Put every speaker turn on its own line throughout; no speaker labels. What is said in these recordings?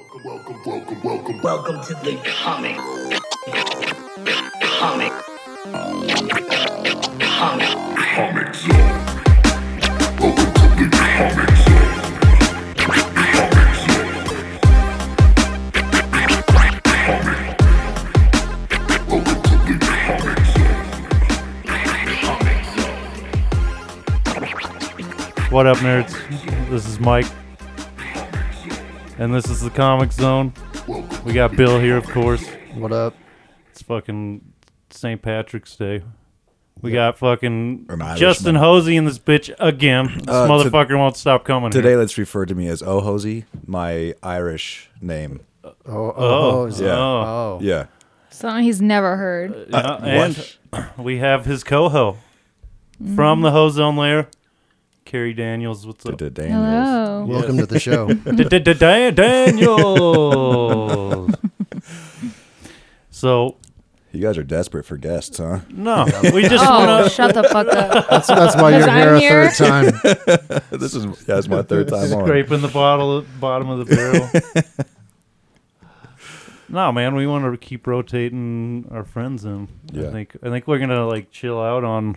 Welcome, welcome, welcome, welcome to the comic. Comic. Comic. Comic Zone. Welcome to the Comic Zone. Comic Zone. Comic. Welcome to the Comic Zone. Comic Zone.
What up, nerds? This is Mike, and this is the Comic Zone.
Welcome
We got Bill here, of course.
What up?
It's fucking St. Patrick's Day. We got fucking
An Irishman.
Justin Hosey in this bitch again. This
Uh, to-
motherfucker won't stop coming. here.
Today, let's refer to me as Ohosey, my Irish name.
Oh, oh,
Oh,
oh, is it-
yeah.
oh.
Yeah.
Something he's never heard.
Yeah, and we have his coho from the Hose Zone layer, Carrie Daniels. What's up?
The
Uh,
Daniels.
Hello.
Welcome to the show.
Da-da-da-da- Daniels. So
You guys are desperate for guests, huh?
no, we just went
Oh,
up.
shut the fuck up.
That's, that's why you're
I'm
here a
here.
third time.
this is yeah, it's my third time on.
scraping the bottle bottom of the barrel. no, man, we want to keep rotating our friends in. I
Yeah.
think I think we're gonna like chill out on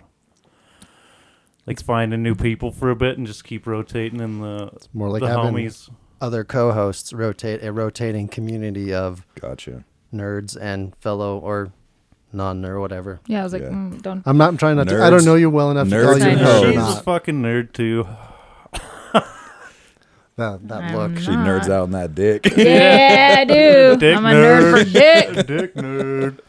like finding new people for a bit and just keep rotating in the
More like
the
having
homies.
other co-hosts rotate a rotating community of
Gotcha.
nerds and fellow or non-nerd, whatever.
Yeah, I was like,
Yeah.
mm, don't.
I'm not trying not to. I don't
Nerds.
know you well enough
Nerds
to tell you
and
no or
nerds.
She's a
not.
fucking nerd too.
That, that
I'm
look.
She nerds out on that dick.
Yeah, I do.
Dick
I'm a nerd for dick.
Dick nerd.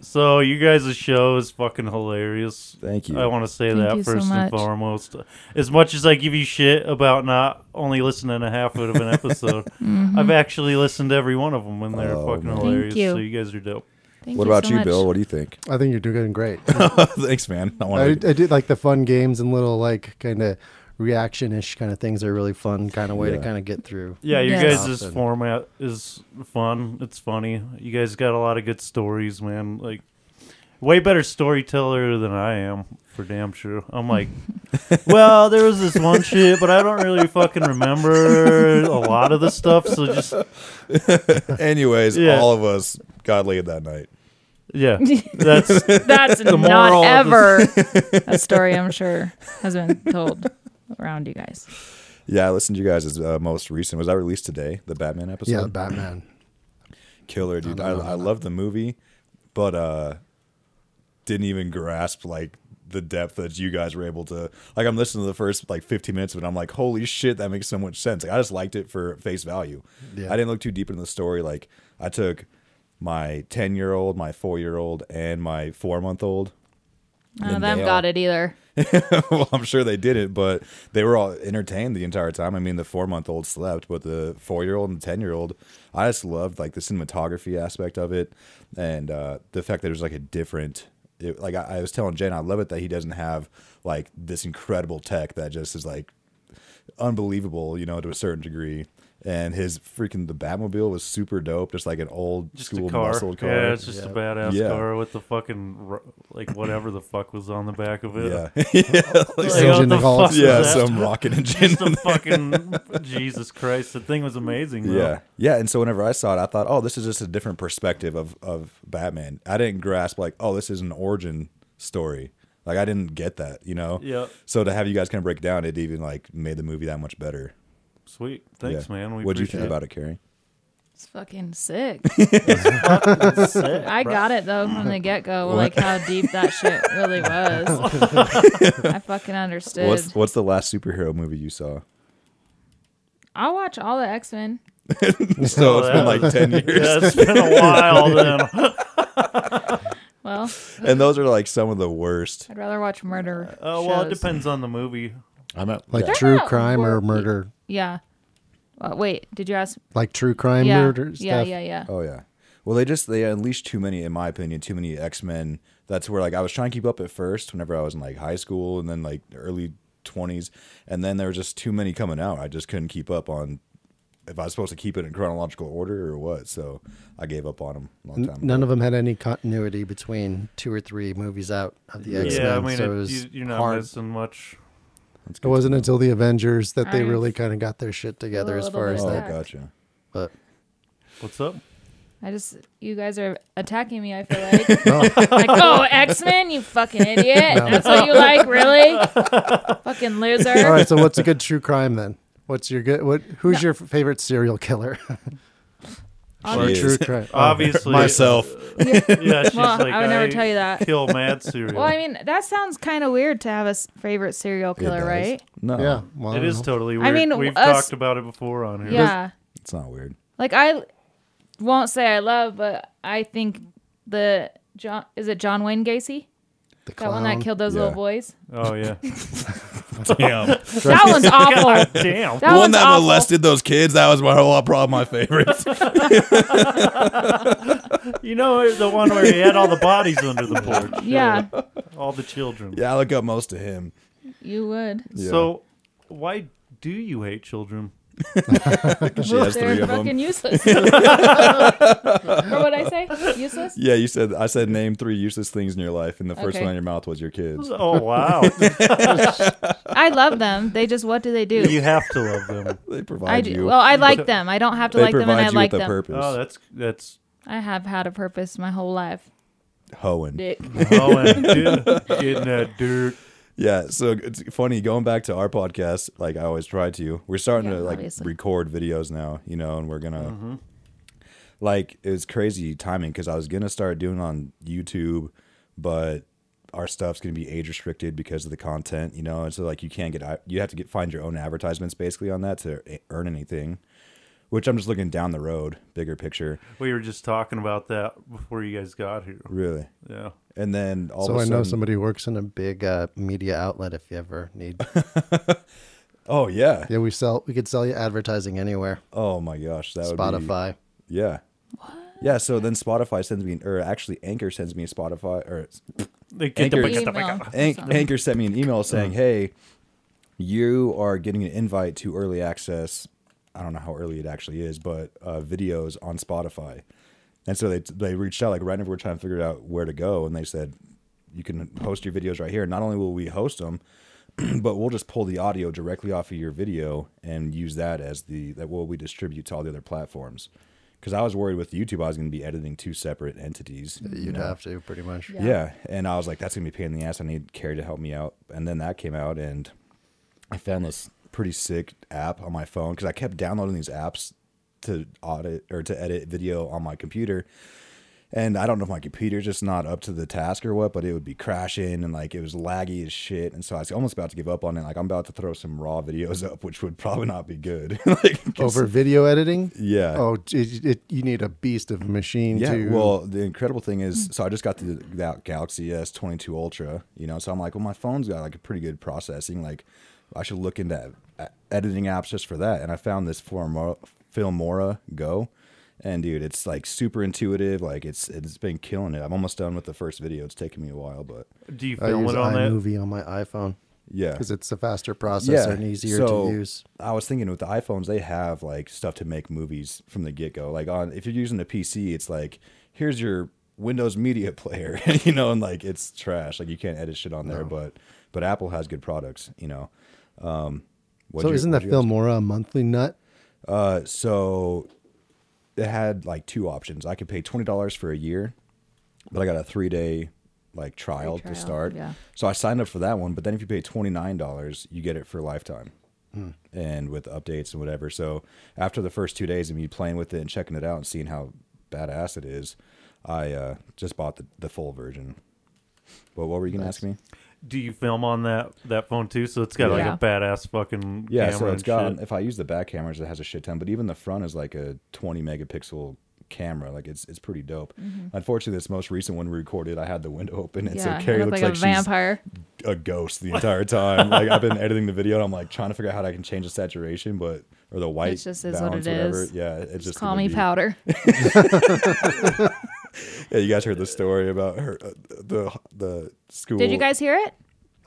So you guys' show is fucking hilarious.
Thank you.
I want to say
Thank
that
you so
first and
much.
foremost. As much as I give you shit about not only listening to half of an episode, I've actually listened to every one of them, and they're
Oh,
fucking
man.
Mm-hmm. Thank
hilarious.
you.
So you guys are dope.
Thank
what
you
about
so
you,
much.
Bill? What do you think?
I think you're doing great.
Thanks, man. I
I, I
want to.
did like the fun games and little like kind of reaction-ish kind of things are really fun kind of way to
Yeah.
kind of get through.
Yeah, your
Yes.
guys'
Awesome.
format is fun. It's funny. You guys got a lot of good stories, man. Like, way better storyteller than I am, for damn sure. I'm like, well, there was this one shit, but I don't really fucking remember a lot of the stuff. So just,
Anyways,
Yeah.
all of us got laid that night.
yeah, that's
That's
moral
not
of
ever a story I'm sure has been told around you guys.
Yeah, I listened to you guys' uh, most recent. Was that released today? The Batman episode.
Yeah, Batman.
killer dude i, I love the movie but uh didn't even grasp like the depth that you guys were able to like i'm listening to the first like 15 minutes of it i'm like holy shit that makes so much sense like i just liked it for face value
Yeah.
i didn't look too deep into the story like i took my 10 year old my 4 year old and my 4 month old
None of
And
Oh, them
they
got
all-
it either.
well, I'm sure they did it, but they were all entertained the entire time. I mean, the four month old slept, but the four year old and ten year old, I just loved like the cinematography aspect of it, and uh, the fact that it was like a different. It, like I, I was telling Jen, I love it that he doesn't have like this incredible tech that just is like unbelievable, you know, to a certain degree. And his freaking the Batmobile was super dope, just like an old
just
school
a car.
muscle car.
Yeah, it's just a badass
Yeah.
car with the fucking ro- like whatever the fuck was on the back of it.
yeah, yeah,
Like,
like,
what
Engine
the
they call it.
fuck was
yeah,
that?
some rocket engine.
Just a fucking Jesus Christ! The thing was amazing. though.
Yeah, yeah. And so whenever I saw it, I thought, oh, this is just a different perspective of of Batman. I didn't grasp like, oh, this is an origin story. Like I didn't get that, you know.
Yeah.
So to have you guys kind of break it down, it even like made the movie that much better.
Sweet. Thanks,
Yeah.
man. We
What'd you
appreciate
think about it, Carrie?
It's fucking sick. I got it though from the get go, like how deep that shit really was. I fucking understood.
What's What's the last superhero movie you saw?
I'll watch all the X Men.
so it's been like ten years,
Yeah, it's been a while then. Uh,
Well,
and those are like some of the worst.
I'd rather watch murder.
Uh, well, it
shows.
depends on the movie.
I'm at
Like
yeah.
true
not
crime or
working.
murder.
Yeah. Uh, wait, did you ask?
Like true crime
yeah,
murder stuff.
yeah, yeah, yeah.
Oh yeah. Well, they just they unleashed too many, in my opinion, too many X Men. That's where like I was trying to keep up at first, whenever I was in like high school and then like early twenties, and then there was just too many coming out. I just couldn't keep up on if I was supposed to keep it in chronological order or what. So I gave up on them a long time.
None of them had any continuity between two or three movies out of the X Men.
yeah, I mean,
so
it,
it, was
you, you're not
hard.
missing much.
It wasn't until the Avengers that they
Iron
really kind of got their shit together as
Little
far
bit
as
Oh,
back.
that.
gotcha.
But
What's up?
I just, you guys are attacking me. I feel like, like, oh, X Men, you fucking idiot. That's what you like, really? fucking loser.
All right, so what's a good true crime then? What's your good? What? Who's your favorite serial killer?
She
true
is.
crime.
Obviously,
Myself.
Yeah, she's
Well,
like,
I would never tell you that.
Kill mad serial.
Well, I mean, that sounds kind of weird to have a s- favorite serial killer,
does.
right?
No.
Yeah, well,
it is
tough.
totally weird.
I mean,
we've
us-
talked about it before on here.
Yeah.
It's not weird.
Like I won't say I love, but I think the John is it John Wayne Gacy?
the
That one that
clown.
killed those
Yeah.
little boys.
Oh yeah.
Damn.
That one's awful.
God
That
damn.
the one
one's
that
awful.
molested those kids, that was my whole problem, my favorite.
You know the one where he had all the bodies under the porch.
Yeah,
All the children.
yeah, I look up most of him.
you would.
Yeah.
So why do you hate children?
she has
They're
three of
fucking
them.
useless. or what I say? Useless.
Yeah, you said I said name three useless things in your life, and the first
Okay.
one out of your mouth was your kids.
Oh wow.
I love them. They just what do they do?
you have to love them.
They provide
I do.
you.
Well, I like them. I don't have to
they
like them,
provide
and I
you
like
with a
them.
purpose.
Oh, that's that's
I have had a purpose my whole life.
Hoeing.
Dick.
oh and dude, getting that dirt.
Yeah, so it's funny going back to our podcast. Like I always try to, we're starting
Yeah,
to like
obviously.
record videos now, you know, and we're gonna
Mm-hmm.
like it's crazy timing because I was gonna start doing on YouTube, but our stuff's gonna be age restricted because of the content, you know, and so like you can't get ad- you have to get find your own advertisements basically on that to e- earn anything. Which I'm just looking down the road, bigger picture,
We were just talking about that before you guys got here.
really.
Yeah.
And then all
So
of a
I
sudden,
know somebody who works in a big uh, media outlet. If you ever need,
oh yeah,
yeah, we sell. We could sell you advertising anywhere.
oh my gosh, that would be
Spotify.
Yeah. Yeah, so then Spotify sends me, an, or actually Anchor sends me a Spotify, or it's-
They get
Anchor-
the
Email.
Anch-
Something.
Anchor sent me an email saying, hey, you are getting an invite to early access. I don't know how early it actually is, but uh, videos on Spotify. And so they, they reached out, like right after we're trying to figure out where to go, and they said, you can host your videos right here. Not only will we host them, but we'll just pull the audio directly off of your video and use that as the that will we distribute to all the other platforms. Because I was worried with YouTube, I was going to be editing two separate entities. you
You'd
know?
have to pretty much.
Yeah.
Yeah. And I was like, that's going to be a pain in the ass. I need Carrie to help me out. And then that came out, and I found this pretty sick app on my phone because I kept downloading these apps to audit or to edit video on my computer. And I don't know if my computer's just not up to the task or what, but it would be crashing and like it was laggy as shit. And so I was almost about to give up on it. Like I'm about to throw some raw videos up, which would probably not be good. like, 'cause-
Over video editing.
yeah.
Oh, it, it, you need a beast of a machine
Yeah,
to.
well, the incredible thing is, so I just got the that Galaxy S22 Ultra, you know, so I'm like, well, my phone's got like a pretty good processing. Like, I should look into uh, editing apps just for that. And I found this Filmora, Filmora Go, and dude, it's like super intuitive. Like, it's it's been killing it. I'm almost done with the first video. It's taking me a while, but
Do you
I
film
use
it on that?
iMovie on my iPhone
yeah,
because it's a faster processor and easier
so
to use.
I was thinking with the iPhones, they have like stuff to make movies from the get go. Like on if you're using a PC, it's like here's your Windows Media Player, you know, and like it's trash. Like you can't edit shit on there, but but Apple has good products, you know. Um, what'd
So
you-
isn't that
what'd you ask?
Filmora a monthly nut?
Uh, so it had like two options. I could pay twenty dollars for a year, but I got a three day like trial,
trial,
to start.
yeah.
So I signed up for that one, but then if you pay twenty nine dollars, you get it for lifetime. And with updates and whatever. So after the first two days of me playing with it and checking it out and seeing how badass it is, I uh, just bought the, the full version. But what were you gonna ask me?
Do you film on that that phone too? So it's got
Yeah.
like a badass fucking
Yeah,
camera
so it's
and
got.
shit.
If I use the back cameras, it has a shit ton. But even the front is like a 20 megapixel camera. Like it's it's pretty dope. Unfortunately, this most recent one we recorded, I had the window open, and
Mm-hmm. Yeah,
so
I
Carrie
look
looks
like,
like,
a
she's
vampire.
a ghost the entire time. like I've been editing the video, and I'm like trying to figure out how I can change the saturation, but or the white
just is what
balance,
it
whatever.
is.
Yeah, it's just,
Just call
gonna
me
be-
powder.
Yeah, you guys heard the story about her, uh, the the school.
Did you guys hear it?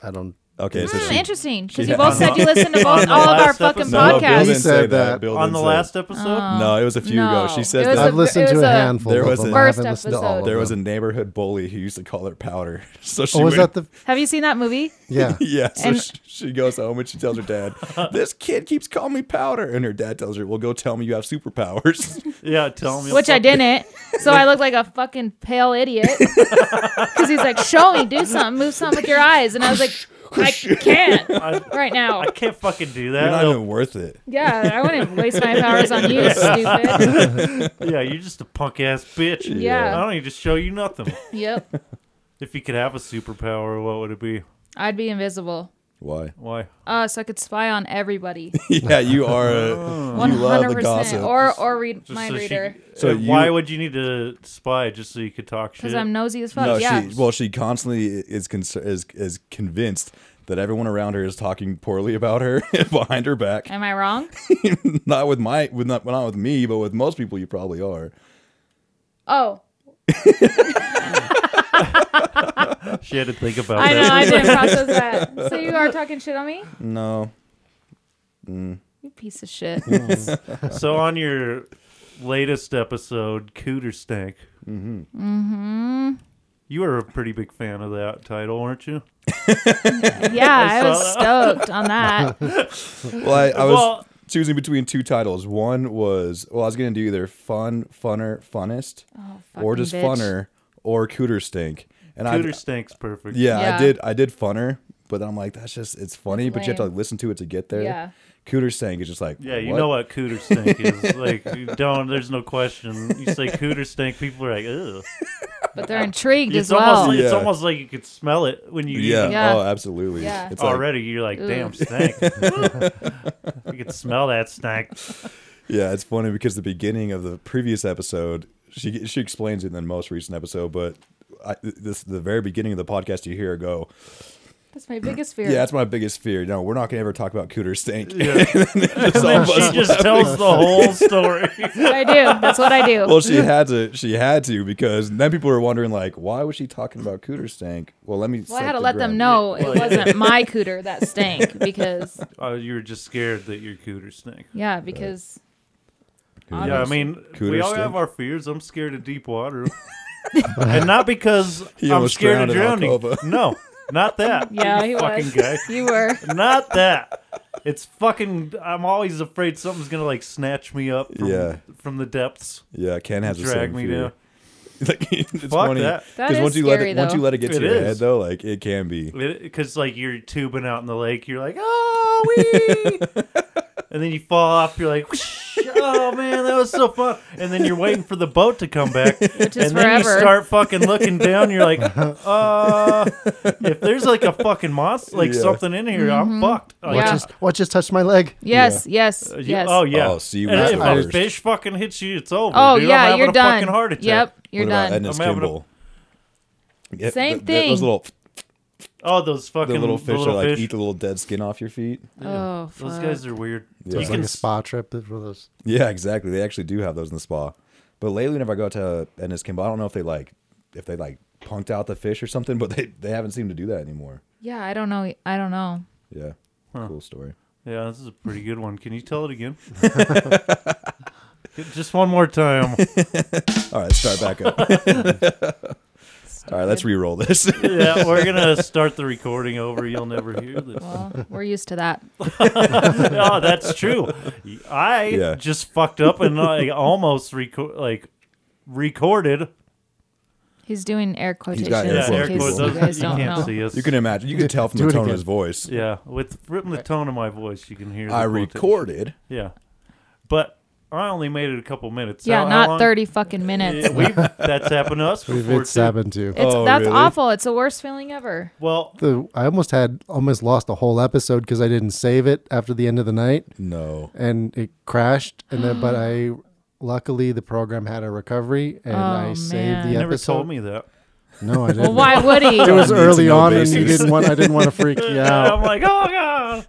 I don't
Okay, so
Hmm,
she
interesting. Because
Yeah.
you both said you listened to both,
the
all of our
last
fucking
episode.
no, Bill
podcasts.
didn't
He
say
said that.
Bill
on
didn't
the
say
last
that.
episode.
Oh.
No, it was a few
No,
ago. She
it
says
was
that
I've listened
it
to
was
a,
a
handful.
There
of
was
them.
a-
I
First
haven't listened to
episode.
all of
there
them.
was a neighborhood bully who used to call her powder. So she
Oh, was
went-
that the?
Have you seen that movie?
Yeah.
Yeah, so
And-
she, she goes home and she tells her dad, "This kid keeps calling me powder," and her dad tells her, "Well, go tell me you have superpowers."
Yeah, tell me.
Which I didn't. So I look like a fucking pale idiot. Because he's like, show me, do something, move something with your eyes. And I was like, I can't right now.
I can't fucking do
You're
that.
not
It'll-
even worth it.
Yeah, I wouldn't waste my powers on you, stupid.
yeah, you're just a punk ass bitch.
Yeah.
I don't need to show you nothing.
Yep.
if you could have a superpower, what would it be?
I'd be invisible.
Why?
Why?
Uh, so I could spy on everybody.
yeah, you are. A, love
One
the
hundred percent,
gossip.
or or read
Just
mind
so she-
reader
So
Uh,
you-
why would you need to spy just so you could talk shit?
because I'm nosy as fuck.
no,
yeah,
she. Well, she constantly is cons- is is convinced that everyone around her is talking poorly about her behind her back.
am I wrong?
not with my, with not not with me, but with most people, you probably are.
Oh,
she had to think about
I know,
that.
I didn't process that. So you are talking shit on me,
No,
you piece of shit.
So on your latest episode, Cooter Stank. Mm-hmm. Mm-hmm.
Mm-hmm.
You were a pretty big fan of that title, weren't you?
Yeah, I was stoked on that.
Well, I, I was
Well-
choosing between two titles. One was well, I was gonna do either fun, funner, funnest, or
Oh, fucking
just
bitch.
funner, or cooter stink. And I,
Cooter Stank's perfect.
yeah, I
Yeah.
did, I did funner, but then I'm like, that's just it's funny,
That's
but you have to
lame.
like listen to it to get there.
Yeah.
Cooter stink is just like
Yeah, you know what cooter stink is. like, you don't, there's no question. You say cooter stink, people are like, ugh.
But they're intrigued
It's,
as well.
almost, like, it's
Yeah.
almost like you could smell it when you
Yeah.
eat it.
Yeah.
Oh, absolutely.
Yeah.
It's like,
Already, you're like,
Ooh.
damn stank. you could smell that stank.
Yeah, it's funny because the beginning of the previous episode, she she explains it in the most recent episode, but I, this the very beginning of the podcast, you hear her go,
That's my biggest fear.
"Yeah, that's my biggest fear. No, we're not gonna ever talk about cooter stink."
And then she just tells the whole story.
I do. That's what I do.
well, she had to. She had to because then people were wondering like, why was she talking about cooter stank? Well, let me.
Well, I
set
had to
the
let them
ground.
know
Well,
it wasn't my cooter that stank because
Oh, you were just scared that your cooter stank.
yeah because
Cooter
Yeah, I
stink.
mean, we
Cooter
all have
stink.
our fears. I'm scared of deep water, and not because
He
I'm
almost
scared of
drowned in
drowning.
Alcova.
No, not that.
yeah he
fucking
was
guy.
you were
Not that. It's fucking. I'm always afraid something's gonna like snatch me up. From,
Yeah.
from the depths,
yeah, Ken has the
drag
same
me
fear.
down.
Like, it's funny
that.
That
because
is
once you let
scary,
it, once
though.
you let it get to
It
your
is.
head though, like it can be.
Because like you're tubing out in the lake, you're like, oh, wee, and then you fall off. You're like, "Whoosh, oh man, that was so fun. And then you're waiting for the boat to come back, which
is
and then you
forever.
start fucking looking down. You're like, uh, if there's like a fucking monster, like
Yeah.
something in here, I'm
Mm-hmm.
fucked. Like,
Yeah.
uh,
Just what just touched my leg?
yes yes
you-
yes
Oh yeah.
Oh, see, you
And
went
if
first.
a fish fucking hits you, it's over.
Oh
dude. I'm
yeah,
having
you're
a
done.
Fucking heart attack.
Yep, you're
what
done.
about Edna's
I'm having a-
Kimball? Yeah,
Same
th- th- Those
thing.
little,
Oh, those fucking
the little fish are like eat the little dead skin off your feet.
oh,
those
fuck.
guys are weird.
Yeah.
You
It's
It's
can
like a spa trip. It's one of those.
Yeah, exactly. They actually do have those in the spa. But lately, whenever I go to Ennis Kimball, I don't know if they like if they like punked out the fish or something, but they they haven't seemed to do that anymore.
Yeah, I don't know. I don't know.
Yeah, cool story.
Yeah, this is a pretty good one. Can you tell it again? Just one more time.
All right, let's start back up. All right, let's re-roll this.
Yeah, we're gonna start the recording over. You'll never hear this.
Well, we're used to that.
Oh, that's true. I
Yeah.
just fucked up and I almost reco- like recorded.
He's doing air quotations.
got air
Yeah,
quotes,
air
in
quotes.
case
people.
you guys
You
don't
can't
know.
see us.
you can imagine. You can tell from
Do
the
it
tone of
again.
his voice.
Yeah, with from the tone of my voice, you can hear. The
I
quotation.
recorded.
Yeah, but I only made it a couple minutes.
Yeah,
How- how
not
long-
thirty fucking minutes.
Yeah, we've, that's happened to us
We've
before.
it's
too.
happened to.
It's
Oh,
that's
really?
awful. It's the worst feeling ever.
Well,
The, I almost had almost lost a whole episode because I didn't save it after the end of the night
No.
and it crashed. And then, but I luckily the program had a recovery and I
Oh,
saved
man.
the
you never
episode.
told me that.
No, I didn't.
Well, why would he?
It was
need to
early
know
on, and you
basis.
didn't want. I didn't want to freak you out.
I'm like, oh god.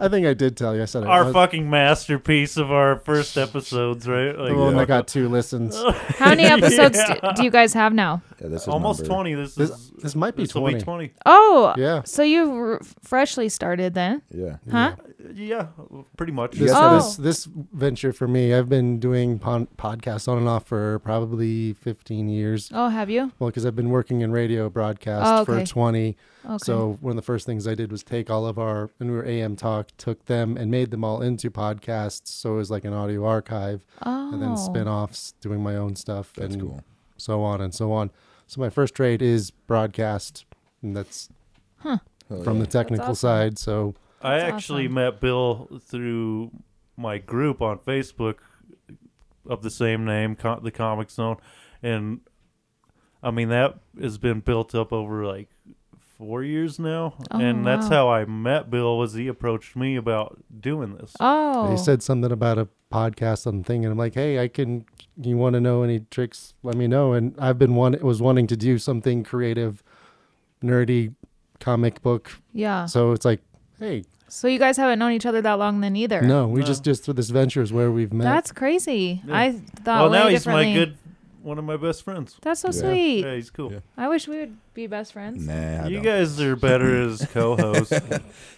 I think I did tell you. I said it. I
our
was-
fucking masterpiece of our first episodes, right? Like,
The one that got two listens.
How many episodes do, do you guys have now?
Yeah, this is
Almost
number-
20. This,
This-
is
this might be
this'll
20.
20.
Oh,
Yeah.
So you r- freshly started then,
Yeah.
huh?
Yeah, pretty much.
This,
Oh.
this this venture for me, I've been doing pon- podcasts on and off for probably 15 years.
Oh, have you?
Well, because I've been working in radio broadcast
Oh, okay.
for 20.
Okay.
So one of the first things I did was take all of our, and we were AM Talk, took them and made them all into podcasts. So it was like an audio archive,
oh.
and then spin offs, doing my own stuff,
That's
and
cool.
so on and so on. So my first trade is broadcast, and that's
Hell
from
yeah.
the technical
awesome.
side. So
I
That's
actually
awesome.
met Bill through my group on Facebook of the same name, co the Comic Zone, and I mean that has been built up over like four years now,
Oh,
and that's
wow.
how I met Bill. Was he approached me about doing this?
Oh.
They said something about a podcast on the thing, and I'm like, hey, I can. You want to know any tricks? Let me know. And I've been one was wanting to do something creative, nerdy, comic book.
yeah. So,
So it's like, hey,
you guys haven't known each other that long then either.
no, we
No.
just just through this venture is where we've met.
That's crazy.
Yeah.
I
well,
thought way
now he's my
differently.
good, one of my best friends.
That's so
Yeah.
sweet.
Yeah, he's cool.
Yeah.
I wish we would be best friends.
Nah, I
You
don't.
guys are better as co-hosts.
We're-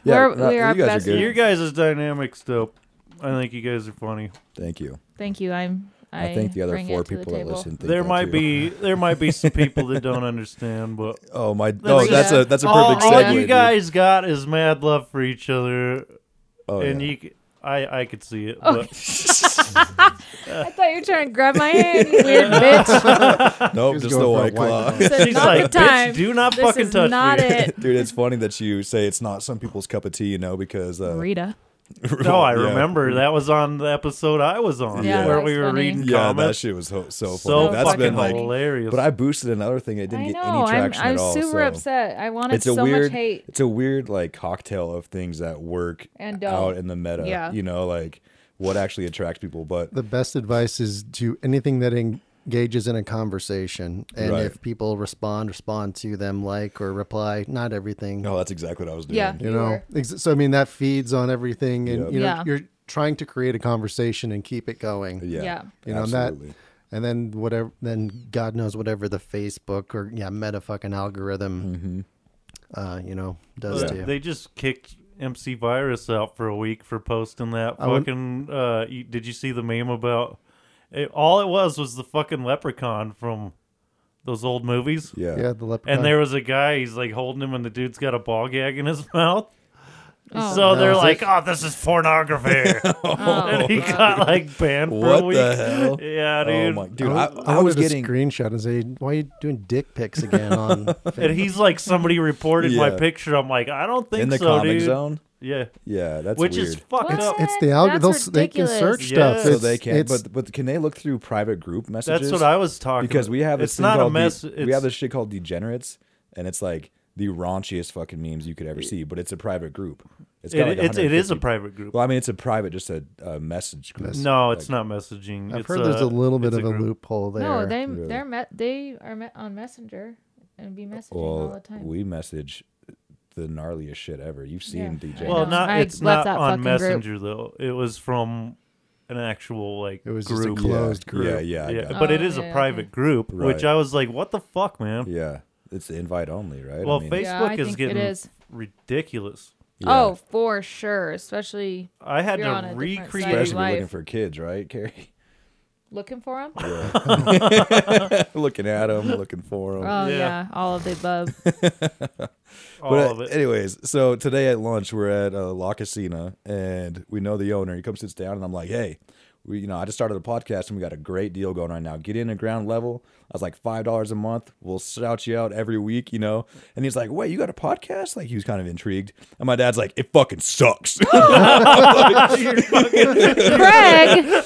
we are
you guys
best-
are good.
Your guys' dynamics dope. I think you guys are funny.
Thank you.
Thank you. I'm. I,
I, think the other
bring
four
it to the
people that
table.
listen. Think
there
that
might
too.
be there might be some people that don't understand, but
Oh my! Oh,
just-
that's a that's a
all,
perfect
all
segue.
you
dude.
guys got is mad love for each other,
Oh,
and
yeah.
you, c- I, I could see it.
Oh.
But
I thought you were trying to grab my hand, you weird bitch.
nope,
He's
just the
going for a
white
white
claw.
This is
she's
not
like,
the time.
bitch, do not
this
fucking
is
touch
not
me.
it.
Dude, it's funny that you say it's not some people's cup of tea, you know, because uh,
Rita.
No, I
yeah.
remember that was on the episode I was on
Yeah,
where
that was
we were
funny.
reading
Yeah, that
comments.
shit was ho- so funny.
so
that's
fucking
been like,
funny.
hilarious.
but I boosted another thing. It didn't
I
get
know.
any
I'm,
traction
I'm
at all.
super
so.
upset. I wanted
It's a
so
weird,
much hate.
it's a weird like cocktail of things that work
And don't.
out in the meta.
Yeah.
you know, like what actually attracts people. But
the best advice is do anything that engages in a conversation, and
Right.
if people respond, respond to them, like or reply. Not everything.
no, that's exactly what I was doing.
Yeah.
you
You
know
were-
Ex- so i mean that feeds on everything and
Yep.
you know
Yeah.
you're trying to create a conversation and keep it going
yeah,
Yeah.
you know and that
absolutely.
and then whatever then god knows whatever the facebook or yeah meta fucking algorithm uh you know does
But
to you
They just kicked MC Virus out for a week for posting that
I would-
fucking. Uh, you, did you see the meme about? It, all it was was the fucking leprechaun from those old movies.
Yeah,
yeah the leprechaun
And there was a guy. He's like holding him, and the dude's got a ball gag in his mouth.
Oh,
so they're
was
like,
it?
"Oh, this is pornography,"
oh,
and he
fuck.
got like banned for
What
a
the
week.
hell?
Yeah, dude.
Oh my, dude, I,
wa-
I, was
wanted
getting
a screenshot and say why are you doing dick pics again on
And he's like, somebody reported my
Yeah.
picture. I'm like, I don't think
in the
so,
comic
dude.
zone.
Yeah,
Yeah, that's
which
weird.
is fucked
What?
up.
it's the
That's
algorithm they can
ridiculous.
search
Yeah.
stuff
So
so
It's-
they can't.
it's-
But but can they look through private group messages?
That's what I was talking.
because
about.
we have this
It's
thing
not a
called the-
mess.
we
it's-
have this shit called degenerates, and it's like the raunchiest fucking memes you could ever see. But it's a private group. It's got
It,
like
it's it is a
150
private group.
Well, I mean, it's a private, just a, a message group.
No, it's not messaging.
i've
it's
heard there's a little bit
it's
of a,
group.
loophole there
No, they
Really.
they're met they are met on Messenger and be messaging all the
Well,
time.
we message the gnarliest shit ever. You've seen
Yeah.
DJ.
I
Well,
know.
not
I
it's not
left that
on
fucking group.
Messenger though. It was from an actual like
it was just a
group.
closed group
Yeah, yeah, I
Yeah,
got it.
but it
Oh,
is
yeah,
a
okay.
private group, which
Right.
I was like, "What the fuck, man?"
yeah. It's invite only, right?
Well,
I mean,
Yeah, I
Facebook is
think it
getting
is.
ridiculous.
Oh, for sure. Especially
I had
You're on
to
a different side.
recreate.
especially if you're
life.
looking for kids, right, Carrie?
looking for them.
looking at them, looking for them.
Oh yeah.
Yeah.
all of the above.
all
But uh,
of it.
anyways, so today at lunch we're at uh, La Casina, and we know the owner. He comes sits down, and I'm like, "Hey, we, you know, I just started a podcast, and we got a great deal going right now. Get in at ground level." I was like, five dollars a month. We'll shout you out every week, you know. And he's like, "Wait, you got a podcast?" Like he was kind of intrigued. And my dad's like, "It fucking sucks."
Craig,
yeah,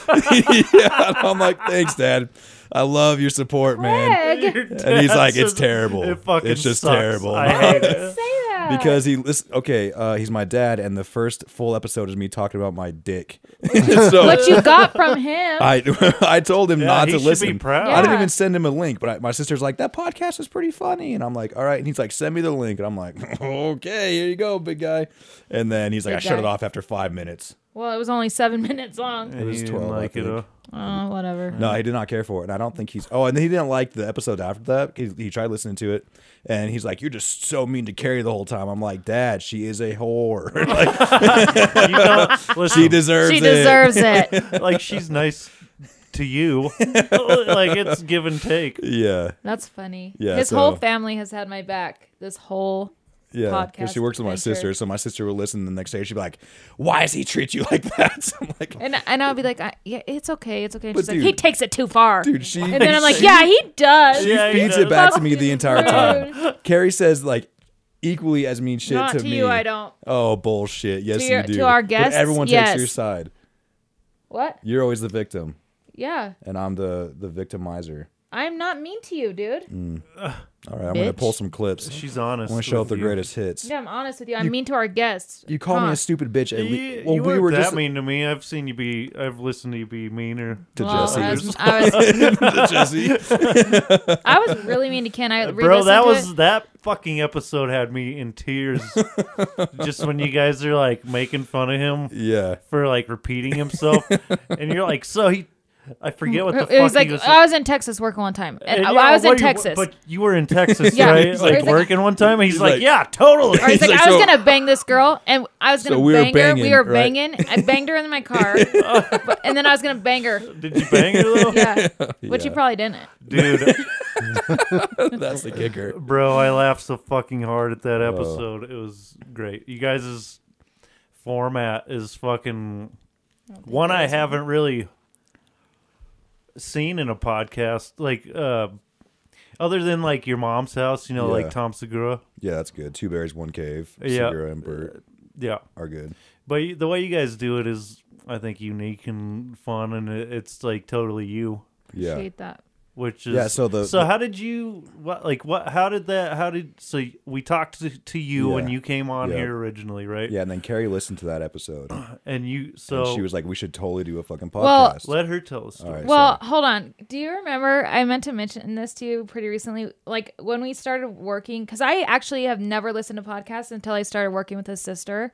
and I'm like, "Thanks, Dad. I love your support, man."
Craig, say
Your
And he's
dad
like, "It's
says,
terrible.
It fucking
it's just
sucks.
terrible."
I hate it.
that
because he listen. Okay, uh, he's my dad, and the first full episode is me talking about my dick. so
what you got from him.
I I told him not
he
to
should be
listen.
proud.
I didn't
Yeah.
even send him a link, but I, my sister's like, "That podcast is pretty funny," and I'm like, "All right." And he's like, "Send me the link," and I'm like, "Okay, here you go, big guy." And then he's like,
Big
"I shut it
guy.
off after five minutes."
well, it was only seven minutes long.
It
was
was
12, I
like it.
think.
uh,
Oh, whatever.
No, he did not care for it, and I don't think he's. Oh, and he didn't like the episode after that. He, he tried listening to it, and he's like, "You're just so mean to Carrie the whole time." I'm like, "Dad, she is a whore. like,
You don't- listen,
she deserves
She
it.
deserves it.
like she's nice to you. like it's give and take.
Yeah,
That's funny.
Yeah,
His
so-
whole family has had my back this whole
yeah. Because she
Podcast
works with my
adventure.
sister, so my sister would listen the next day. She'd be like, "Why does he treat you like that?" So I'm like,
and and I'll be like, I, yeah, it's okay, it's okay. And
But
she's like, he
dude-
takes it too far.
"Dude, she."
and then I'm like, yeah, he does.
she
Yeah, he
feeds
does.
it back to me the entire time. Carrie says like equally as mean shit
Not
to,
to
me.
you, I don't.
Oh bullshit! Yes,
your-
you do.
to our
But
guests,
everyone
yes.
takes your side.
What?
You're always the victim,
Yeah,
and I'm the the victimizer.
I'm not mean to you, dude.
Mm. All right, I'm gonna
Bitch.
pull some clips.
She's honest.
I'm gonna show up
with
the
you.
greatest hits.
Yeah, I'm honest with you. I'm mean to our guests.
You call me
Huh.
a stupid bitch. At
You,
le-
you weren't that mean to me. I've seen you be. I've listened to you be meaner.
to
Well,
Jesse.
I was, I, was,
to Jesse.
I was really mean to Ken. I
Bro,
re-listened
that
to
was
it.
that fucking episode had me in tears. just when you guys are like making fun of him
Yeah.
for like repeating himself, and you're like, so he, I forget what the
it
fuck
was like
he was.
I was in Texas working one time, and,
And,
I,
yeah,
I was in
what you-
Texas.
but you were in Texas,
Yeah.
right?
He's
like,
like-
working one time, and he's,
He's
like,
like-
"Yeah, totally."
Or it's like,
He's like,
I was
so-
gonna bang this girl, and I was gonna
So we were
bang her. We
banging,
were
right?
banging. I banged her in my car, but, and then I was gonna bang her.
Did you bang her though,
Yeah, which you
Yeah.
probably didn't.
dude?
That's the kicker.
Bro, I laughed so fucking hard at that episode. It was great. You guys' format is fucking one I haven't really seen in a podcast. Like uh other than like your mom's house, you know,
Yeah.
like Tom Segura.
Yeah, that's good. Two berries, one cave.
Yeah.
Segura and Bert
Yeah.
are good.
But you- the way you guys do it is I think unique and fun and it- it's like totally you.
Yeah.
Appreciate that.
which is
Yeah, so the-
so how did you what like what how did that how did so we talked to, to you when
Yeah.
you came on
Yeah.
here originally right
Yeah, and then Carrie listened to that episode,
and you so
and she was like, "We should totally do a fucking
Well,
podcast."
let her tell us story.
right.
Well, hold on. Do you remember I meant to mention this to you pretty recently? Like when we started working, because I actually have never listened to podcasts until I started working with his sister.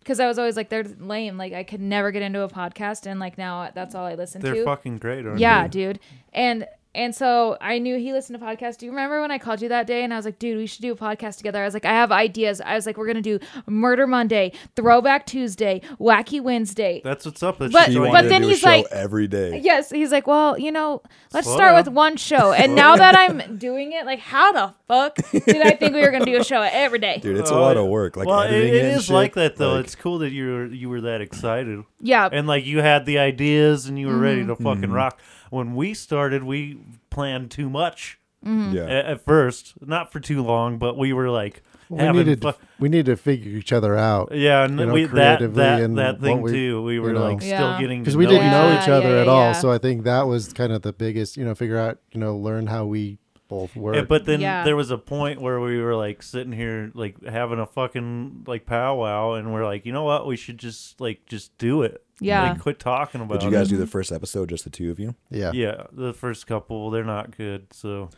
Because I was always like, they're lame. Like I could never get into a podcast, and like now that's all I listen
they're
to.
fucking great aren't
yeah,
they?
dude. And and so I knew he listened to podcasts. Do you remember when I called you that day and I was like, dude, we should do a podcast together? I was like, I have ideas. I was like, we're gonna do Murder Monday, Throwback Tuesday, Wacky Wednesday.
that's what's up that's
But-
she
what
wanted
but
to
then
do a
he's
show
like-
every day.
Yes, he's like, well, you know, let's
Slow
start
down.
with one show. And now that I'm doing it, like, how the fuck did I think we were gonna do a show every day?
Dude, it's a
Oh,
lot
yeah.
of work. Like
well it-
editing
it
and
is
shit.
like that though
Like,
it's cool that you were you were that excited
yeah, Mm-hmm.
and like you had the ideas and you were ready to fucking
Mm-hmm.
rock when we started we planned too much
Mm-hmm.
a-
yeah.
at, first not for too long but we were like
Well, we
having
needed
fu-
to, we needed to figure each other out
Yeah, and
you know,
we that
creatively
that
and
that
what
thing
we-
too. We
you
were
know.
like
Yeah.
still getting
because
to
we
know
didn't know
each
each
Yeah,
other
yeah,
at all.
yeah.
So I think that was kind of the biggest, you know, figure out, you know, learn how we both work.
other. Yeah, But then
Yeah.
there was a point where we were like sitting here like having a fucking like powwow, and we're like, you know what? We should just like just do it.
Yeah.
like, quit talking about.
Did you guys do the first episode, just the two of you?
yeah,
it. Yeah, the first couple they're not good. So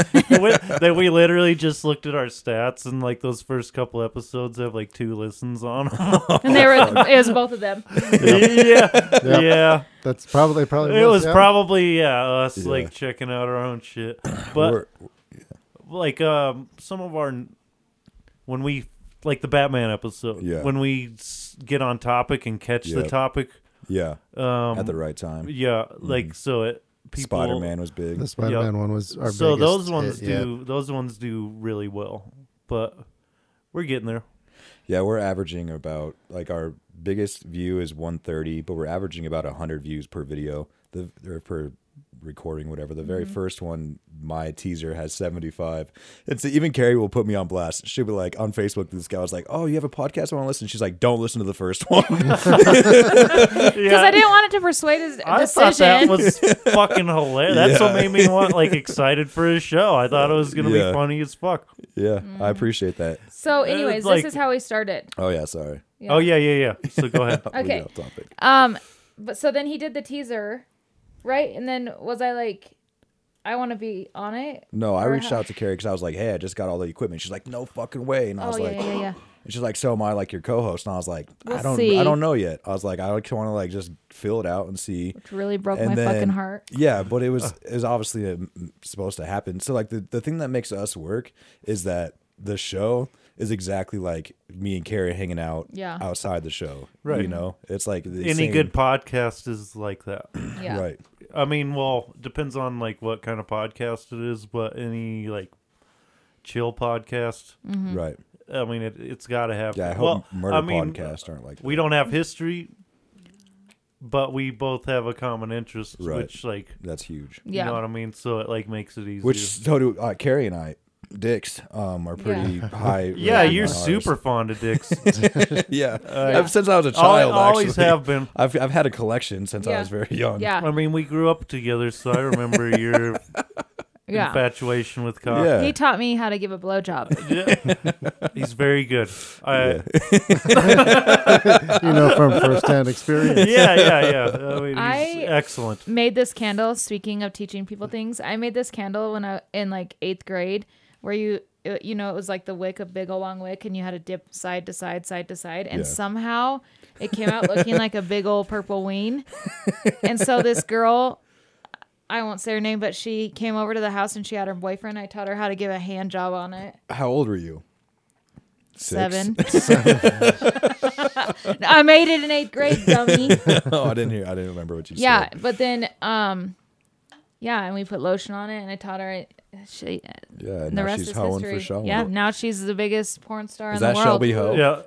that we literally just looked at our stats, and like those first couple episodes have like two listens on. 'em.
and they were it was both of them.
yeah,
Yeah.
yeah.
that's probably probably
It was
yeah.
probably yeah us
Yeah.
like checking out our own shit, but
We're-
like um some of our when we like the Batman episode
Yeah.
when we s- get on topic and catch the
Yeah.
topic
yeah,
um
at the right time.
yeah
Mm-hmm.
like so it people
Spider Man was big.
the Spider Man one was our
so
biggest
those ones
hit yet.
do those ones do really well but we're getting there
Yeah, we're averaging about like our biggest view is 130, but we're averaging about 100 views per video, the or per recording, whatever. The
Mm-hmm.
very first one, my teaser has 75. And so even Carrie will put me on blast. She'll be like on Facebook, this guy was like, "Oh, you have a podcast? I want to listen." She's like, "Don't listen to the first one."
Because
yeah
I didn't want it to persuade his
I
decision.
thought that was fucking hilarious. That's what
Yeah.
made me want like excited for his show. I thought it was gonna
Yeah.
be funny as fuck.
yeah,
Mm.
I appreciate that.
so, anyways,
like-
this is how we started.
Oh yeah, sorry.
Yeah.
Oh yeah, yeah, yeah. So go ahead.
We
Okay.
got off topic.
Um, but so then he did the teaser, right? And then was I like, I want to be on it?
No, I
Or
reached
how-
out to Carrie because I was like, "Hey, I just got all the equipment." She's like, "No fucking way," and I
Oh
was
yeah,
like,
yeah, yeah.
And she's like, "So am I like your co-host?" And I was like,
We'll
"I don't,
see.
I don't know yet." I was like, "I want to like just fill it out and see."
Which really broke
And
my
then-
fucking heart.
Yeah, but it was it was obviously um, supposed to happen. So like the the thing that makes us work is that the show is exactly like me and Carrie hanging out
Yeah.
outside the show.
Right.
You know, it's like the
Any
same-
good podcast is like that.
Yeah.
Right.
I mean, well, depends on like what kind of podcast it is, but any like chill podcast,
Mm-hmm.
Right.
I mean, it, it's got to have.
Yeah, I hope
well,
murder
I mean,
podcasts aren't like that.
We don't have history, but we both have a common interest,
Right.
which like
That's huge.
Yeah.
you know what I mean. So it like makes it easy.
Which so do uh, Carrie and I. Dicks um, are pretty high.
yeah,
rating
you're
on ours.
super fond of dicks.
yeah. I've- since I was a
I
child,
always
actually.
have been.
I've I've had a collection since I
Yeah.
was very young.
Yeah.
I mean, we grew up together, so I remember your
Yeah.
infatuation with cock.
Yeah.
He taught me how to give a blowjob.
He's very good. I, yeah.
you know from firsthand experience.
yeah, yeah, I mean, he's
I-
excellent.
made this candle. Speaking of teaching people things, I made this candle when I in like eighth grade, where you uh, you know it was like the wick, a big old long wick, and you had to dip side to side, side to side, and
Yeah.
somehow it came out looking like a big old purple ween. and so this girl, I won't say her name, but she came over to the house and she had her boyfriend. I taught her how to give a hand job on it.
How old were you? Six?
Seven. I made it in eighth grade, dummy.
oh, I didn't hear. I didn't remember what you
Yeah,
said.
but then um, yeah, and we put lotion on it, and I taught her. It, she,
Yeah. Yeah.
and the
now
rest
she's
is
hoeing
history.
for Sean.
Yeah, now she's the biggest porn star
Is
in the
that
world.
Shelby Ho?
Yeah,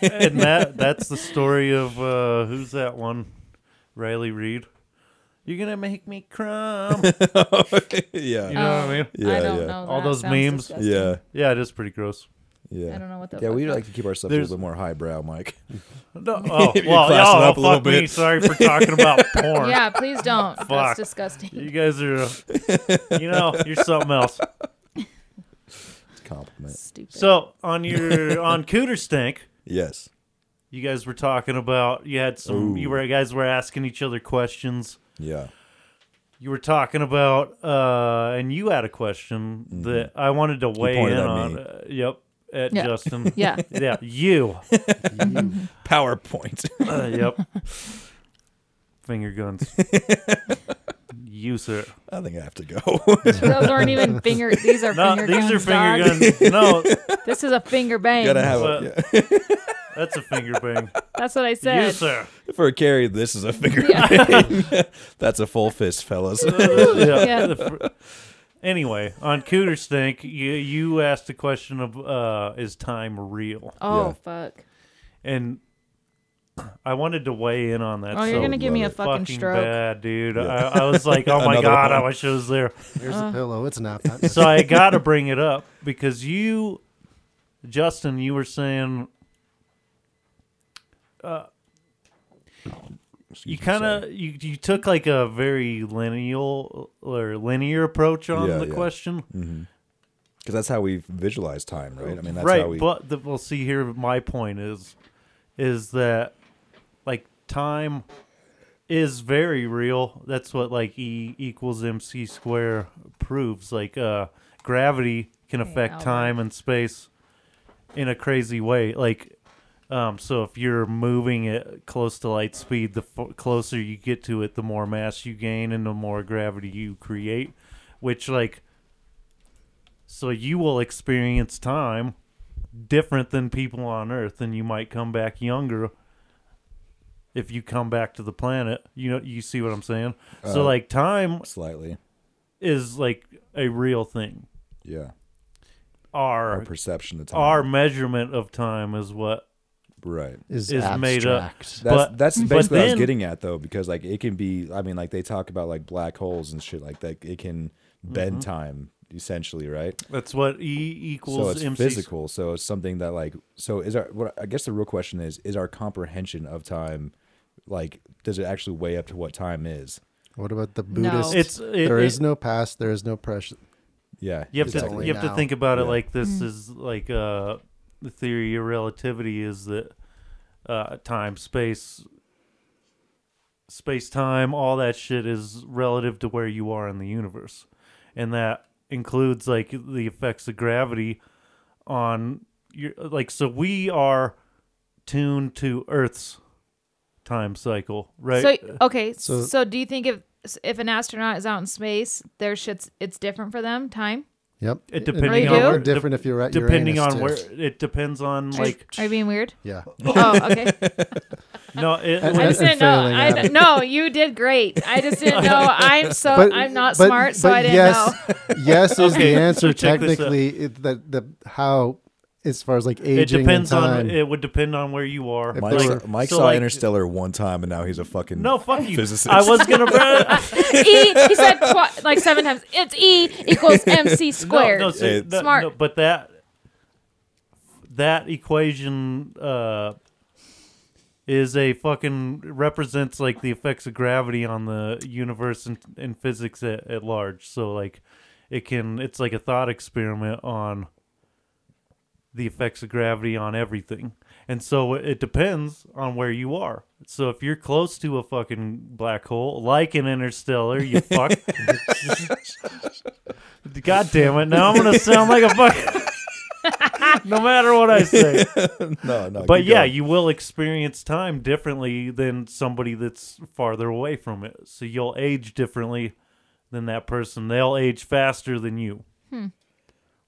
and that that's the story of uh, who's that one, Riley Reed. You're gonna make me cry.
yeah.
You know what I mean?
Yeah,
I don't
yeah.
know.
All
that
those
sounds
memes.
disgusting.
yeah.
Yeah, it is pretty gross.
Yeah.
I don't know what the
Yeah,
fuck
we
that-
like to keep ourselves
There's-
a little more highbrow, Mike.
No, oh well,
You class it
y'all
up a little
fuck me.
bit.
Sorry for talking about porn.
Yeah, please don't.
Fuck.
That's disgusting.
You guys are, uh, you know, you're something else.
It's a compliment.
Stupid.
So on your on Cooter Stank,
Yes.
you guys were talking about you had some. You were guys were asking each other questions.
Yeah.
you were talking about uh and you had a question that I wanted to weigh in
Mm-hmm. pointed at
on. Uh,
me.
yep, at
Yeah.
Justin.
yeah,
yeah, you.
PowerPoint.
Uh, yep. Finger guns. you sir.
I think I have to go.
those aren't even finger. These are
No,
finger
these
guns.
are finger
dog.
guns. No,
This is a finger bang.
Gotta have
Well,
a,
that's a finger bang.
That's what I
You
said.
sir.
yeah. for a carry. This is a finger. That's a full fist, fellas.
yeah.
Yeah.
the fr- Anyway, on Cooter Stink, you, you asked the question of uh, is time real?
Oh
Yeah.
fuck.
And I wanted to weigh in on that.
Oh, you're
so
gonna give me a
love it.
fucking, stroke.
bad, dude. I, I was like, oh my
Another
god, I
one.
wish I was there.
Here's
Uh.
a pillow. It's nap time.
So I gotta bring it up because you, Justin, you were saying you kind of you you took like a very lineal or linear approach on
Yeah,
the
yeah.
question,
because that's how we visualize time, right? I mean, that's
right?
how we.
But the, well, see here, my point is, is that like time is very real. That's what like E equals mc square proves. Like uh, gravity can affect
Albert.
time and space in a crazy way. Like um, so, if you're moving it close to light speed, the f- closer you get to it, the more mass you gain and the more gravity you create. Which like so you will experience time different than people on Earth, and you might come back younger if you come back to the planet. You know, you see what I'm saying? so
Uh,
like, time
slightly.
is like a real thing.
Yeah. Our
Our
perception of time.
our measurement of time is what
right.
Is,
is made up.
abstract.
That's
But-
that's
but
basically what I was
then-
getting at though, because like it can be. I mean, like they talk about like black holes and shit like that. It can
Mm-hmm.
bend time essentially, right?
That's what E equals
So it's
MC.
physical. So it's something that like. So is our what? I guess the real question is: is our comprehension of time like does it actually weigh up to what time is?
What about the Buddhist?
It's it,
there
it-
is no past. There is no pressure.
Yeah.
You have to
Exactly.
you have to
now.
think about it
Yeah.
like this is like uh, the theory of relativity is that uh, time, space, space time, all that shit is relative to where you are in the universe, and that includes like the effects of gravity on you're like so we are tuned to Earth's time cycle, right?
So okay, so,
So-
do you think if if an astronaut is out in space, their shit's it's different for them time?
Yep.
It
Really
depending
do?
on where,
different if you're at
depending
Uranus,
on
too.
where it depends on
Are-
like
are you being weird?
Yeah.
oh, okay.
no it,
And-
I
like,
just
and
didn't know.
failing
I,
at it.
no, you did great. I just didn't know. I'm so
But-
I'm not
but-
smart, so
but
I didn't
yes, yes is
Okay,
the answer
so check this out.
technically. It, the the how as far as like
it
aging
depends
and
on
time.
it would depend on where you are.
If
Mike,
they
saw-
were-
Mike
so,
saw
like-
Interstellar one time, and now he's a fucking
No, fuck you.
physicist.
I was gonna br-
know. E, he said twi- like seven times. It's E equals MC squared.
No, no, so,
It's-
no,
Smart.
no, but that that equation uh, is a fucking represents like the effects of gravity on the universe and, and physics at, at large. So like it can it's like a thought experiment on the effects of gravity on everything. And so it depends on where you are. So if you're close to a fucking black hole, like an interstellar, you fuck. God damn it! Now I'm gonna sound like a fuck. no matter what I say,
no, no.
but
keep
yeah,
going.
you will experience time differently than somebody that's farther away from it. So you'll age differently than that person. They'll age faster than you.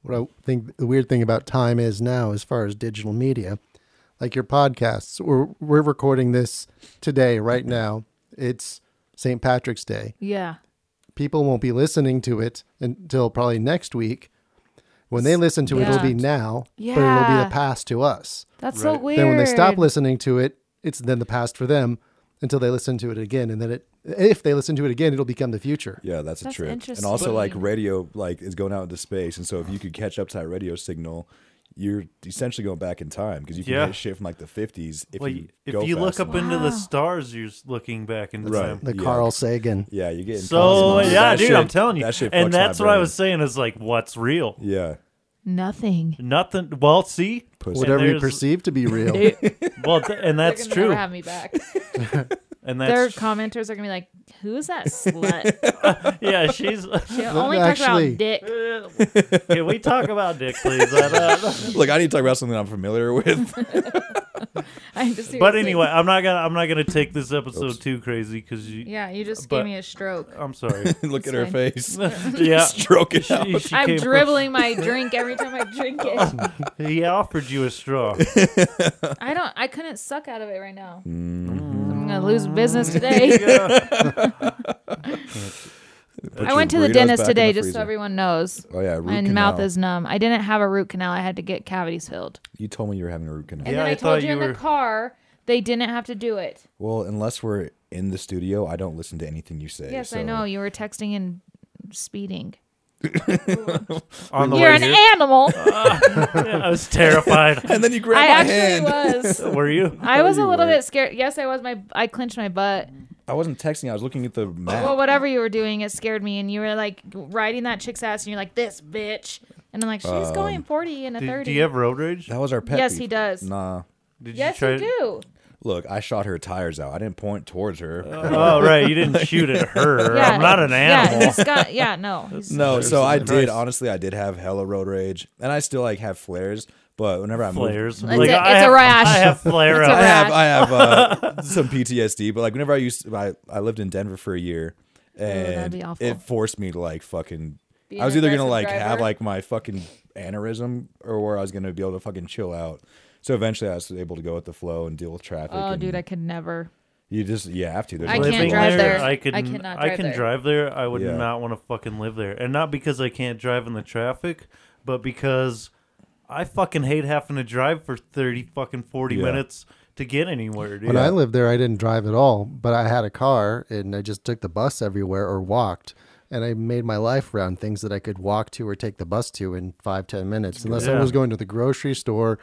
what I think the weird thing about time is now, as far as digital media, like your podcasts, we're, we're recording this today, right now. It's St. Patrick's Day.
Yeah.
People won't be listening to it until probably next week. When they listen to it, it'll be
Yeah.
now, but it'll be
Yeah.
the past to us.
That's so weird.
Then when they stop listening to it, it's then the past for them until they listen to it again. And then it, if they listen to it again, it'll become the future.
Yeah, that's a
That's
trip. And also, like
interesting.
radio, like is going out into space, and so if you could catch up to that radio signal, you're essentially going back in time because you can
Yeah.
get shit from like the 50s if
Well,
you
you, if
go
you look
fast
up
enough.
into
Wow.
the stars, you're s- looking back in
Right.
time.
The
Yeah.
Carl Sagan.
yeah, you're getting
So
cosmos.
yeah,
That
dude,
shit-
I'm telling you,
that shit fucks my
and that's what I
brain.
was saying is like, what's real?
Yeah,
Nothing.
Nothing. Well, see,
Pussy.
And
Whatever you
there's-
perceive to be real.
Well, th- and that's
They're gonna
true.
Never have me back.
And
Their
that's
commenters are gonna be like, "Who's that slut?
yeah, she's.
She only talks
Actually-
about dick."
Can we talk about dick, please? I don't-
look, I need to talk about something I'm familiar with.
I'm just
but
seriously-
anyway, I'm not gonna I'm not gonna take this episode too crazy because you.
Yeah, you just
But-
gave me a stroke.
I'm sorry.
look at her
fine.
face,
yeah.
stroke it out.
She- she
I'm
came- Oh
dribbling my drink every time I drink it.
He offered you a straw.
I don't. I couldn't suck out of it right now.
Mm-hmm.
I'm gonna lose business
Mm.
today.
Put
I
your
went to the
burritos
dentist
back in
today,
the
just so
freezer.
everyone knows.
Oh yeah, root
My
canal.
mouth is numb. I didn't have a root canal. I had to get cavities filled.
You told me you were having a root canal.
And
Yeah,
then I,
I
told
thought
you,
you
in
were-
the car they didn't have to do it.
Well, unless we're in the studio, I don't listen to anything you say.
Yes, I
so-
know you were texting and speeding.
On the
You're
way
an
here,
animal.
I was terrified.
And then you grab
I
my
actually
hand.
was.
Were Oh, you?
I was a
you
little
were.
bit scared. Yes, I was. My I clenched my butt.
I wasn't texting. I was looking at the map.
Well, whatever you were doing, it scared me. And you were like riding that chick's ass, and you're like, "This bitch," and I'm like, "She's
Uh,
going 40 and a
Did,
30."
do you have road rage?
that was our pet.
Yes,
peeve.
he does.
Nah.
Did
yes,
you try?
you do.
Look, I shot her tires out. I didn't point towards her.
Oh right, you didn't shoot at her.
Yeah,
I'm not an animal.
Yeah, he's got. Yeah, no. He's,
no, so I did.
Christ.
Honestly, I did have hella road rage, and I still like have flares. But whenever I move,
Flares.
It's
Like,
a-
I
it's a
have-
rash.
I have flare
It's a
I
up.
rash.
have I have uh, some PTSD, but like whenever I used to, I, I lived in Denver for a year
that'd
and
be awful.
it forced me to like fucking
Be
I was
an
either gonna like
aggressive
have
driver.
like my fucking aneurysm or where I was gonna be able to fucking chill out. So eventually I was able to go with the flow and deal with traffic.
oh,
and
dude, I could never.
you just you have to. There's
I
no
can't
Living
choice.
drive there.
I can.
I cannot
I
drive
can
there.
drive there. I would
Yeah.
not want to fucking live there, and not because I can't drive in the traffic, but because I fucking hate having to drive for thirty fucking forty
Yeah.
minutes to get anywhere, dude.
When
Yeah.
I lived there, I didn't drive at all, but I had a car and I just took the bus everywhere or walked. And I made my life around things that I could walk to or take the bus to in five, ten minutes. Unless
Yeah.
I was going to the grocery store,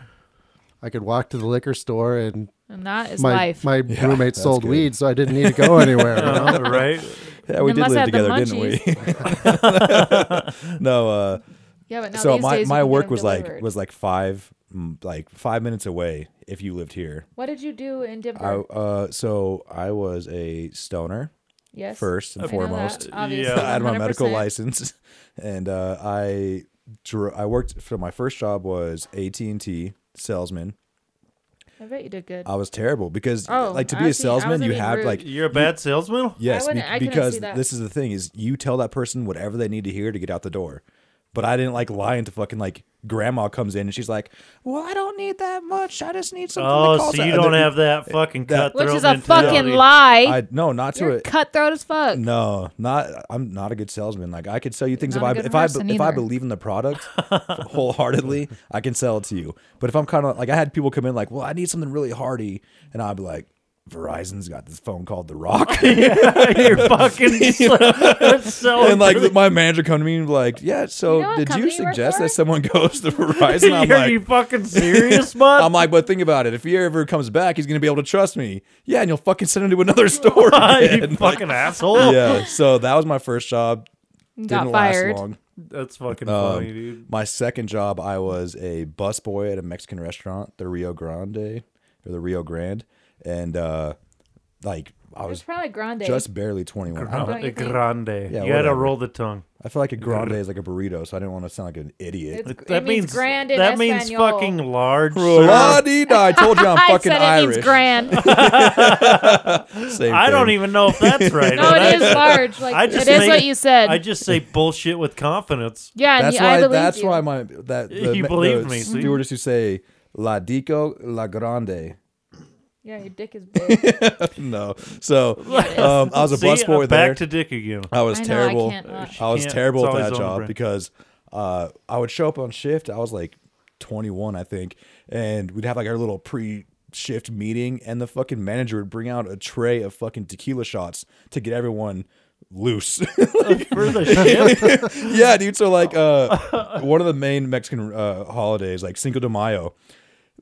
I could walk to the liquor store and
And that is
my
life.
my roommate
that's
sold
good.
weed, so I didn't need to go anywhere.
Uh, right?
Yeah, we did
Unless I
live
had the
together, didn't we? no, uh
yeah, but
so my,
days you
my
can get
work
them
was like
delivered.
was like five mm, like five minutes away if you lived here.
What did you do in Denver?
I uh so I was a stoner
yes.
first and
I know that,
foremost.
obviously,
Yeah.
I had my medical
100%.
license and uh I dro- I worked for my first job was AT and T salesman.
I bet you did good.
I was terrible because
Oh,
like to
I
be a
was thinking- I was
salesman, you
thinking
have
rude.
like
You're a bad salesman.
yes
wouldn't-
be-
I couldn't
because
see that.
this is the thing is you tell that person whatever they need to hear to get out the door. But I didn't like lying to fucking like grandma comes in and she's like, "Well, I don't need that much. I just need something." that
Oh,
calls
so you
out." And
don't
then-
have that fucking
that-
cutthroat
Which is a
mentality.
fucking lie.
I no, not to
You're
it.
cutthroat as fuck.
No, not I'm not a good salesman. Like I could sell you things if
not a
I
good
if I
person
if I
either.
believe in the product wholeheartedly, I can sell it to you. But if I'm kind of like I had people come in like, well, I need something really hardy, and I'd be like, Verizon's got this phone called The Rock,
You're fucking. That's so.
and like my manager come to me and be like, yeah, so
You know what
did you
company you work
suggest
for?
that someone goes to Verizon? I'm
are
like.
you fucking serious, bud?
I'm like, but think about it. If he ever comes back, he's gonna be able to trust me. Yeah, and you'll fucking send him to another store.
you
again. Like,
fucking asshole.
yeah. So that was my first job.
Got
Didn't
fired.
last long.
That's fucking
Um,
funny, dude.
My second job, I was a busboy at a Mexican restaurant, the Rio Grande or the Rio Grande, and uh, like I
It's
was
probably Grande.
just barely 21. I, don't-
Don't you think-
grande. you gotta
whatever.
roll the tongue.
I feel like a grande is like a burrito, so I didn't want to sound like an idiot.
It's-
That
it means, grand in
that means
Espanol.
fucking large. sir.
La-di-da, I told you I'm
I
fucking
said it
Irish.
means grand.
Same
I don't
thing.
even know if that's right.
No,
but I-
it is large. Like
I just
it is
make-
what you said.
I just say bullshit with confidence.
yeah, and
That's
you, I
why.
believe
That's
you.
why my that the,
You
the
believed me, see?
Stewardess who say La Dico La Grande.
Yeah, your dick is big.
No, so um, I was a
See,
busboy
I'm
there.
back to dick again.
I was
I know, I
terrible.
can't uh, not.
I was
Can't-
terrible
it's
at that
always on
job
brand.
because uh, I would show up on shift. I was like 21, I think, and we'd have like our little pre shift meeting, and the fucking manager would bring out a tray of fucking tequila shots to get everyone loose.
For the shit.
yeah, dude. So like, uh, one of the main Mexican uh, holidays, like Cinco de Mayo,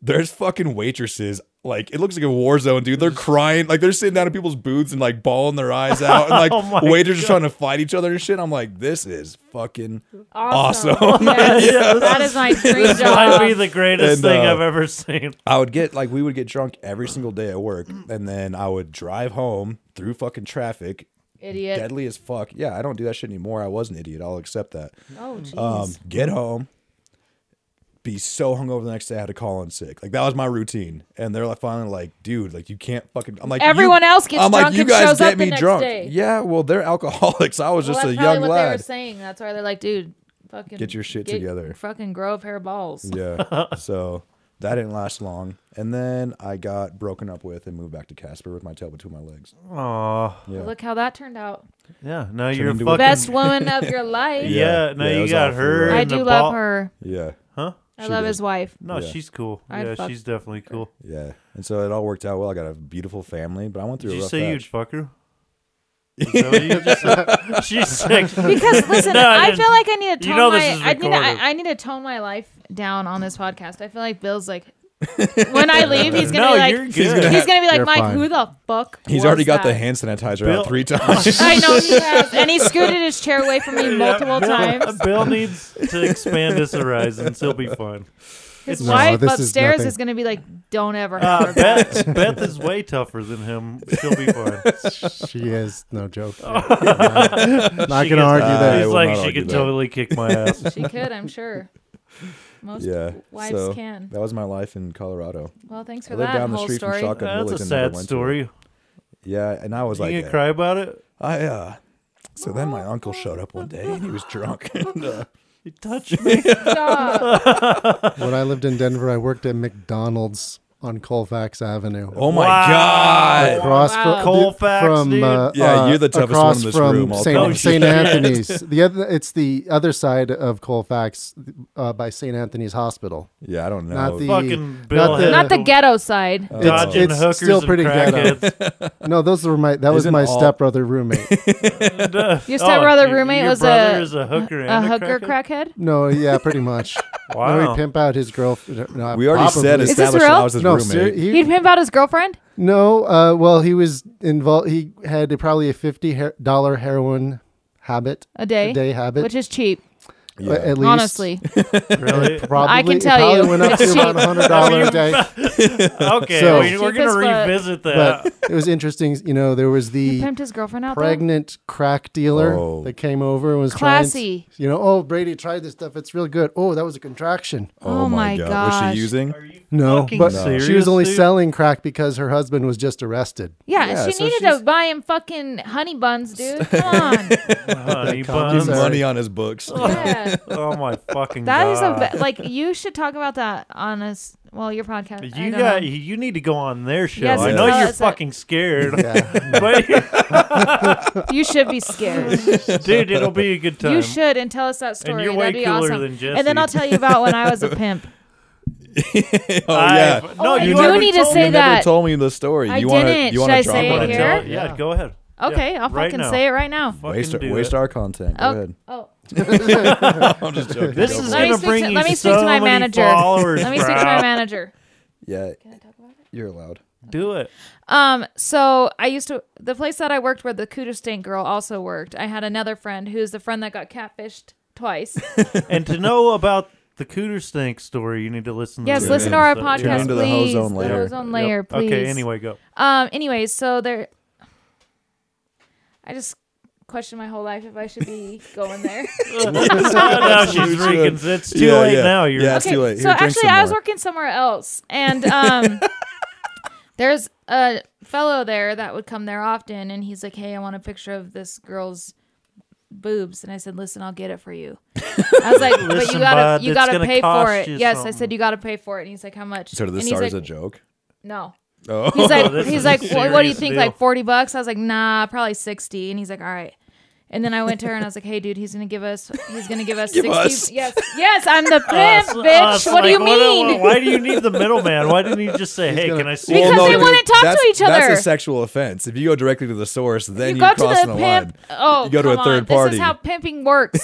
there's fucking waitresses. Like it looks like a war zone, dude. They're crying, like they're sitting down in people's booths and like bawling their eyes out, and like
Oh my
waiters are trying to fight each other and shit. I'm like, this is fucking
Awesome.
Awesome.
Yes, that is my dream
Might be
job.
the greatest
And,
thing
uh,
I've ever seen.
I would get like we would get drunk every single day at work, and then I would drive home through fucking traffic,
Idiot.
deadly as fuck. Yeah, I don't do that shit anymore. I was an idiot. I'll accept that.
Oh jeez.
Um, get home, be so hungover the next day. I had to call in sick. Like that was my routine. And they're like finally like, dude, like you can't fucking. I'm like,
Everyone
you-
else gets
I'm like,
drunk
you
and
guys
shows
get
up the
me
next
drunk.
day.
Yeah, well, they're alcoholics. I was
well,
just
that's
a
probably
young
what they were
lad.
saying. That's why they're like, dude, fucking
Get your shit together.
Fucking grow a pair of balls.
Yeah. so that didn't last long. And then I got broken up with and moved back to Casper with my tail between my legs.
Aw.
Yeah.
Look how that turned out.
Yeah. Now you're
into
fucking.
a-
Best woman of your life.
Yeah.
Yeah,
now
yeah, it
you
was
got
awful,
her.
right?
I
and the
do love
ball-
her.
Yeah.
Huh?
I
She
love
did.
his wife.
No,
Yeah.
she's cool.
I'd
yeah,
fuck-
she's definitely cool.
Yeah. And so it all worked out well. I got a beautiful family, but I went through
Did
a
you
rough
say
patch.
you'd fuck her? Is that what you just said? she's sick.
Because listen,
No, I
I,
didn't.
feel like I need to
You
tone
know
my
this is
I need to,
recorded.
I, I need to tone my life down on this podcast. I feel like Bill's like when I leave, he's gonna
no,
be like
you're good.
he's gonna be like
You're
Mike,
fine.
who the fuck?
He's
was
already got the
that?"
hand sanitizer
Bill-
out three times.
I know he has, and he scooted his chair away from me multiple
Bill,
times.
Bill needs to expand his horizons. He'll be fine.
His
No,
wife
this is
upstairs
nothing.
is, gonna be like, "Don't ever."
Uh,
have her back."
Beth, Beth is way tougher than him. She'll be fine.
She is no joke. not
She
gonna
gets-
argue
I
He's
that.
will
like,
not
she
argue
could
that.
totally kick my ass.
she could, I'm sure. Most
yeah.
wives
so
can.
That was my life in Colorado.
Well, thanks
I
for
lived
that
down the
whole
street
story.
from Shotgun
That's a
Village and
sad
never went to it.
story.
Yeah, and I was
You
like,
gonna
uh,
cry about it?
I uh. So then my uncle showed up one day and he was drunk. and, uh,
You touched me.
Stop.
When I lived in Denver, I worked at McDonald's on Colfax Avenue.
oh my
Wow.
god!
Oh,
Across
Wow.
fr-
Colfax, dude.
from uh,
Yeah,
uh,
you're the toughest
across
one in this
from
room, I'll tell you.
Saint, Saint Anthony's. The other, it's the other side of Colfax uh, by Saint Anthony's Hospital.
Yeah, I don't know.
Not the
Fucking
not
Bill
the-
had
Not the ghetto side.
Uh.
It's,
Dodging
it's
hookers
still
and
pretty
crackheads.
ghetto. No, those were my. That was
Isn't
my
all-
stepbrother roommate.
Your stepbrother
Oh, your-
roommate
your
was
brother
a-
is a hooker
A
and
hooker
crackhead?
crackhead.
No, yeah, pretty much. No,
Wow.
he'd pimp out his girlfriend. No,
we already
probably.
said
this
established that
real?
I was his
no,
roommate.
ser- he-
He'd pimp out his girlfriend.
no. Uh, well, he was involved. He had a, probably a fifty her- dollar heroin habit
A day.
a day habit,
Which is cheap.
Yeah.
At least,
Honestly,
Really?
probably
I can
it
tell
probably
you,
went up to
it's
about
cheap.
hundred dollars a day.
okay,
So-
we, are
Cheap as
gonna
fuck.
revisit that.
But it was interesting. You know, there was
he
the
pimped his girlfriend out. though?
pregnant crack dealer
Oh.
that came over and was
Classy.
Trying, to- you know, oh Brady, try this stuff. It's real good. Oh, that was a contraction.
Oh, my
god.
gosh.
Was she using?
Are you
No,
fucking
but
serious,
she was only
dude?
selling crack because her husband was just arrested.
Yeah,
Yeah,
she
so
needed
she's-
to buy him fucking honey buns, dude. Come on.
honey
comes
buns?
out.
Money on his books.
yeah.
Oh my fucking
That is
god!
a be- like you should talk about that on us. Well, your podcast. I
you
don't
got
know.
you need to go on their show.
Yes,
I
and
know
tell
you're
us that-
fucking scared,
Yeah,
but
You should be scared.
dude, it'll be a good time.
you should and tell us that story.
And you're way
That'd be
cooler
awesome.
than Jesse.
and then I'll tell you about when I was a pimp.
oh
I've-
yeah.
No,
Oh,
you
you
never
need to
told
say
me.
You never
that.
told me the story.
I
you wanna
didn't.
you wanna
Should I
drop
say
it
it
Wanna
on
here?
tell
top?
it?
Yeah.
Yeah, go ahead.
Okay,
Yeah,
I'll
right
fucking
now.
say it right now.
Fucking
Waste,
do
waste
it.
our content. Go
Oh,
ahead.
oh.
I'm just joking.
This
Go
is
for it.
Let me
gonna
speak
bring
to,
you
let me
so
speak to my
many
manager.
followers.
Let me speak to
bro.
my manager.
Yeah. You're allowed.
Do it.
Um, so I used to the place that I worked where the Kuda Stink girl also worked. I had another friend who's the friend that got catfished twice.
and to know about the Cooter Stink story, you need to listen. to
Yes,
the
listen to our
episode.
podcast,
into the
please.
Ozone Layer.
Ozone layer,
Yep.
please.
Okay. Anyway, go.
Um. Anyways, so there. I just question my whole life if I should be going there.
now she's
should.
reconsi- It's too
Yeah,
late
yeah.
now. You're
Yeah, it's too late.
so
Here, drink
actually,
some
I was
more.
working somewhere else, and um, there's a fellow there that would come there often, and he's like, "Hey, I want a picture of this girl's boobs," and I said, "Listen, I'll get it for you." I was like, "But you
Listen,
gotta,
bud,
you
it's
gotta
gonna
pay for
cost
it."
you
Yes, I
something.
said you gotta pay for it, and he's like, "How much?"
So did this
and he's
start
like,
as a joke?
"No."
Oh.
He's like,
this is
he's
a
like, "Well, what do you
serious
think?
deal."
Like forty bucks? I was like, nah, probably sixty. And he's like, all right. And then I went to her and I was like, hey, dude, he's gonna give us, he's gonna give us
Give
sixty.
us.
Yes, yes, I'm the pimp,
Us-
bitch.
us,
what do
like,
you mean?
why do you need the middleman? Why didn't you just say, "Hey,
gonna-
can I see?"
Because
your
they
boobs?"
wanna talk to
that's-
each other.
That's a sexual offense. If you go directly to the source, then
you
you,
go to
cross
the
the line.
pimp. Oh,
You go to a
come
third
on.
party.
This is how pimping works.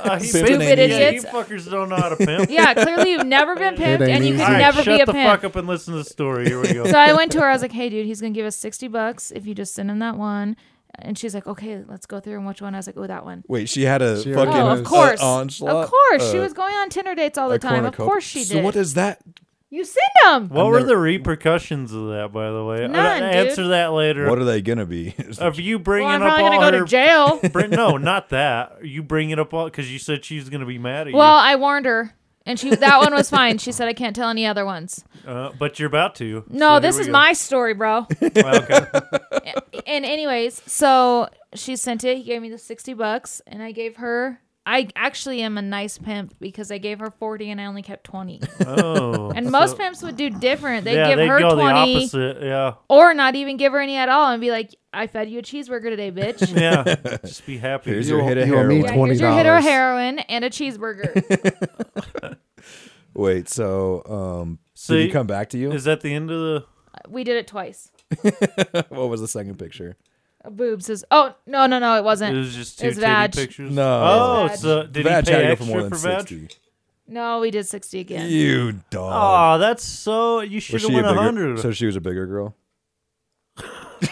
Uh, he-
Stupid
basically-
idiots.
Yeah, you fuckers don't know how to pimp.
yeah, clearly you've never been pimped
ain't
and you
easy.
can
All right,
never
shut
be a
the
pimp.
fuck up and listen to the story. Here we go.
So I went to her. I was like, "Hey, dude, he's gonna give us sixty bucks if you just send him that one." And she's like, "Okay, let's go through and which one." I was like, "Oh, that one."
Wait, she had a
She already
fucking
Oh,
knows.
of course,
uh, onslaught.
of course, she
uh,
was going on Tinder dates all
a
the time. Of
cornucopia.
course, she did.
So what is that?
You send them.
What were
never-
the repercussions of that, by the way?
None, dude.
answer that later.
What are they gonna be?
of you
Well,
bringing
I'm
up
probably
all
gonna go
her-
to jail.
Br- no, not that. You bringing up all because you said she was gonna be mad at
well, I warned her, and she that one was fine. She said I can't tell any other ones.
you, uh, but you're about to.
No,
so
this
here
is
we go.
my story, bro.
Well, okay.
and anyways, so she sent it. He gave me the sixty bucks, and I gave her. I actually am a nice pimp because I gave her forty and I only kept twenty.
Oh,
And most pimps would do different. They
yeah,
give
they
her
go the
twenty
opposite. Yeah,
or not even give her any at all and be like, "I fed you a cheeseburger today, bitch."
yeah. Just be happy.
Here's your hit of
you owe me
heroin.
Yeah, here's your hit
$20.
of heroin and a cheeseburger.
Wait, so um,
So
did he
you-
come back to you?
Is that the end of the?
we did it twice.
what was the second picture?
Uh, boobs is oh no no no it
It
wasn't.
was just two
It's
titty
vag.
pictures.
No.
Oh,
It's vag.
so did
Vag
he
had
pay
to go
extra for, vag?
60.
no, we did sixty again.
You dog.
Oh, that's so. You should
Was
have
she a
won a
bigger?
hundred.
So she was a bigger girl.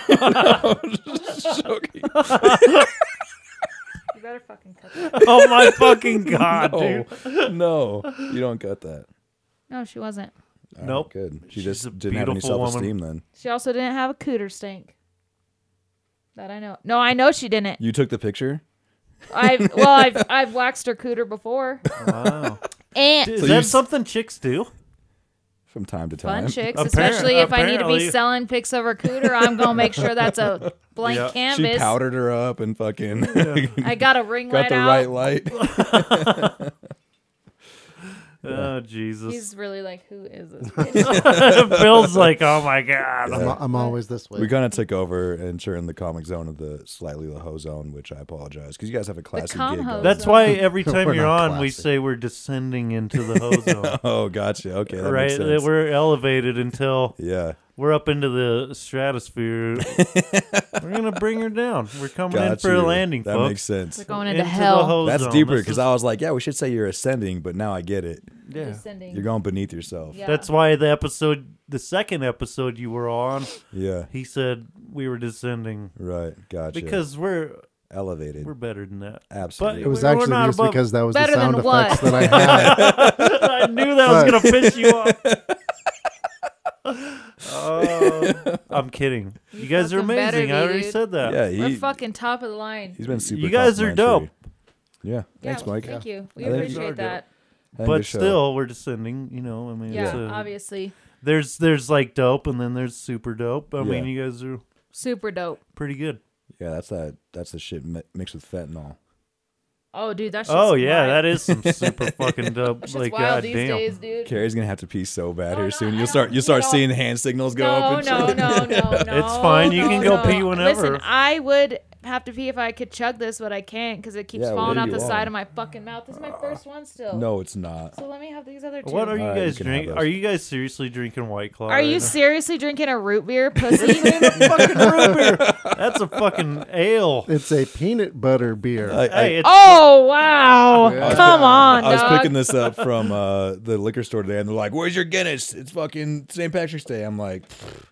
Joking.
You better fucking cut
oh my fucking god,
No,
dude.
no, you don't got that.
No, she wasn't.
All right,
Nope.
Oh, good. She
She's
just
a
didn't have any
beautiful woman.
self-esteem then.
She also didn't have a cooter stink. That I know. No, I know she didn't.
You took the picture.
I've well, I've I've waxed her cooter before.
Wow.
And
Is
So you
that
s-
something chicks do?
from time to time.
fun chicks,
Appar-
especially if I need to
apparently.
be selling pics of her cooter, I'm gonna make sure that's a blank
Yeah. She
canvas.
She powdered her up and fucking
I got a ring
got
light
the right
out.
light.
Oh Jesus!
He's really like, who is this? bitch?
Bill's like, oh my god.
I'm, I'm always this way.
We kind of took over and turned the comic zone of the slightly the hoe zone, which I apologize because you guys have a classy
com
gig.
hoe
going.
That's why every time
We're
you're on,
not
we
classy.
say we're descending into the hoe zone,
oh, gotcha. Okay, that
right?
makes
That
sense.
we're elevated until
yeah,
we're up into the stratosphere. we're gonna bring her down. We're coming in
gotcha.
for a landing,
That
folks.
makes sense.
We're going into,
Into the
hell.
hoe
That's
zone.
deeper
This
because
is-
I was like, yeah, we should say you're ascending, but now I get it.
yeah.
Descending.
You're going beneath yourself.
Yeah.
That's why the episode, the second episode you were on,
Yeah.
he said we were descending
Right. Gotcha.
because we're
elevated.
We're better than that.
Absolutely.
But
It was
we're
actually
not
just
above-
because that was the
Better than
sound
what?
effects that I had.
I knew that was
But-
gonna piss you off. Oh, I'm kidding. You guys are
fucking better
amazing.
be,
I already
dude.
said that.
yeah,
We're
he,
fucking top of the line.
he's been super.
uh, you guys are dope,
complimentary. Yeah. Thanks,
yeah,
Mike.
Thank you. We
I think-
appreciate that.
I think
but
your show-
still we're descending. You know, I mean,
Yeah,
it's a-
obviously.
there's there's like dope, and then there's super dope. I
Yeah.
mean, you guys are
Super dope.
pretty good.
Yeah, that's that. That's the shit mi- mixed with fentanyl.
Oh, dude, that's
Oh yeah, that is some super fucking dope.
Shit's
like
wild these
goddamn.
days, dude.
Carrie's gonna have to pee so bad
Oh, No,
here
no,
soon.
I
You'll
don't-
start. You
you
start
don't-
seeing hand signals go up.
no,
And
no,
shit.
no, no, no.
It's fine. You
no,
can go
no.
pee whenever.
Listen, I would have to pee if I could chug this, but I can't because it keeps
Yeah, well,
falling
there
out
you
the
are.
side of my fucking mouth. This is my first one still.
No, it's not.
So let me have these other two.
What are you
Alright, you
guys
can have
drinking?
those.
Are you guys seriously drinking White Claw?
Are
right
you
now?
seriously drinking a root beer, pussy?
fucking root beer? That's a fucking ale.
it's a peanut butter beer.
I, I-
Hey, it's
oh wow!
Yeah.
Come on,
I was
dog.
picking this up from uh, the liquor store today, and they're like, "Where's your Guinness? It's fucking St. Patrick's Day." I'm like, "Pfft,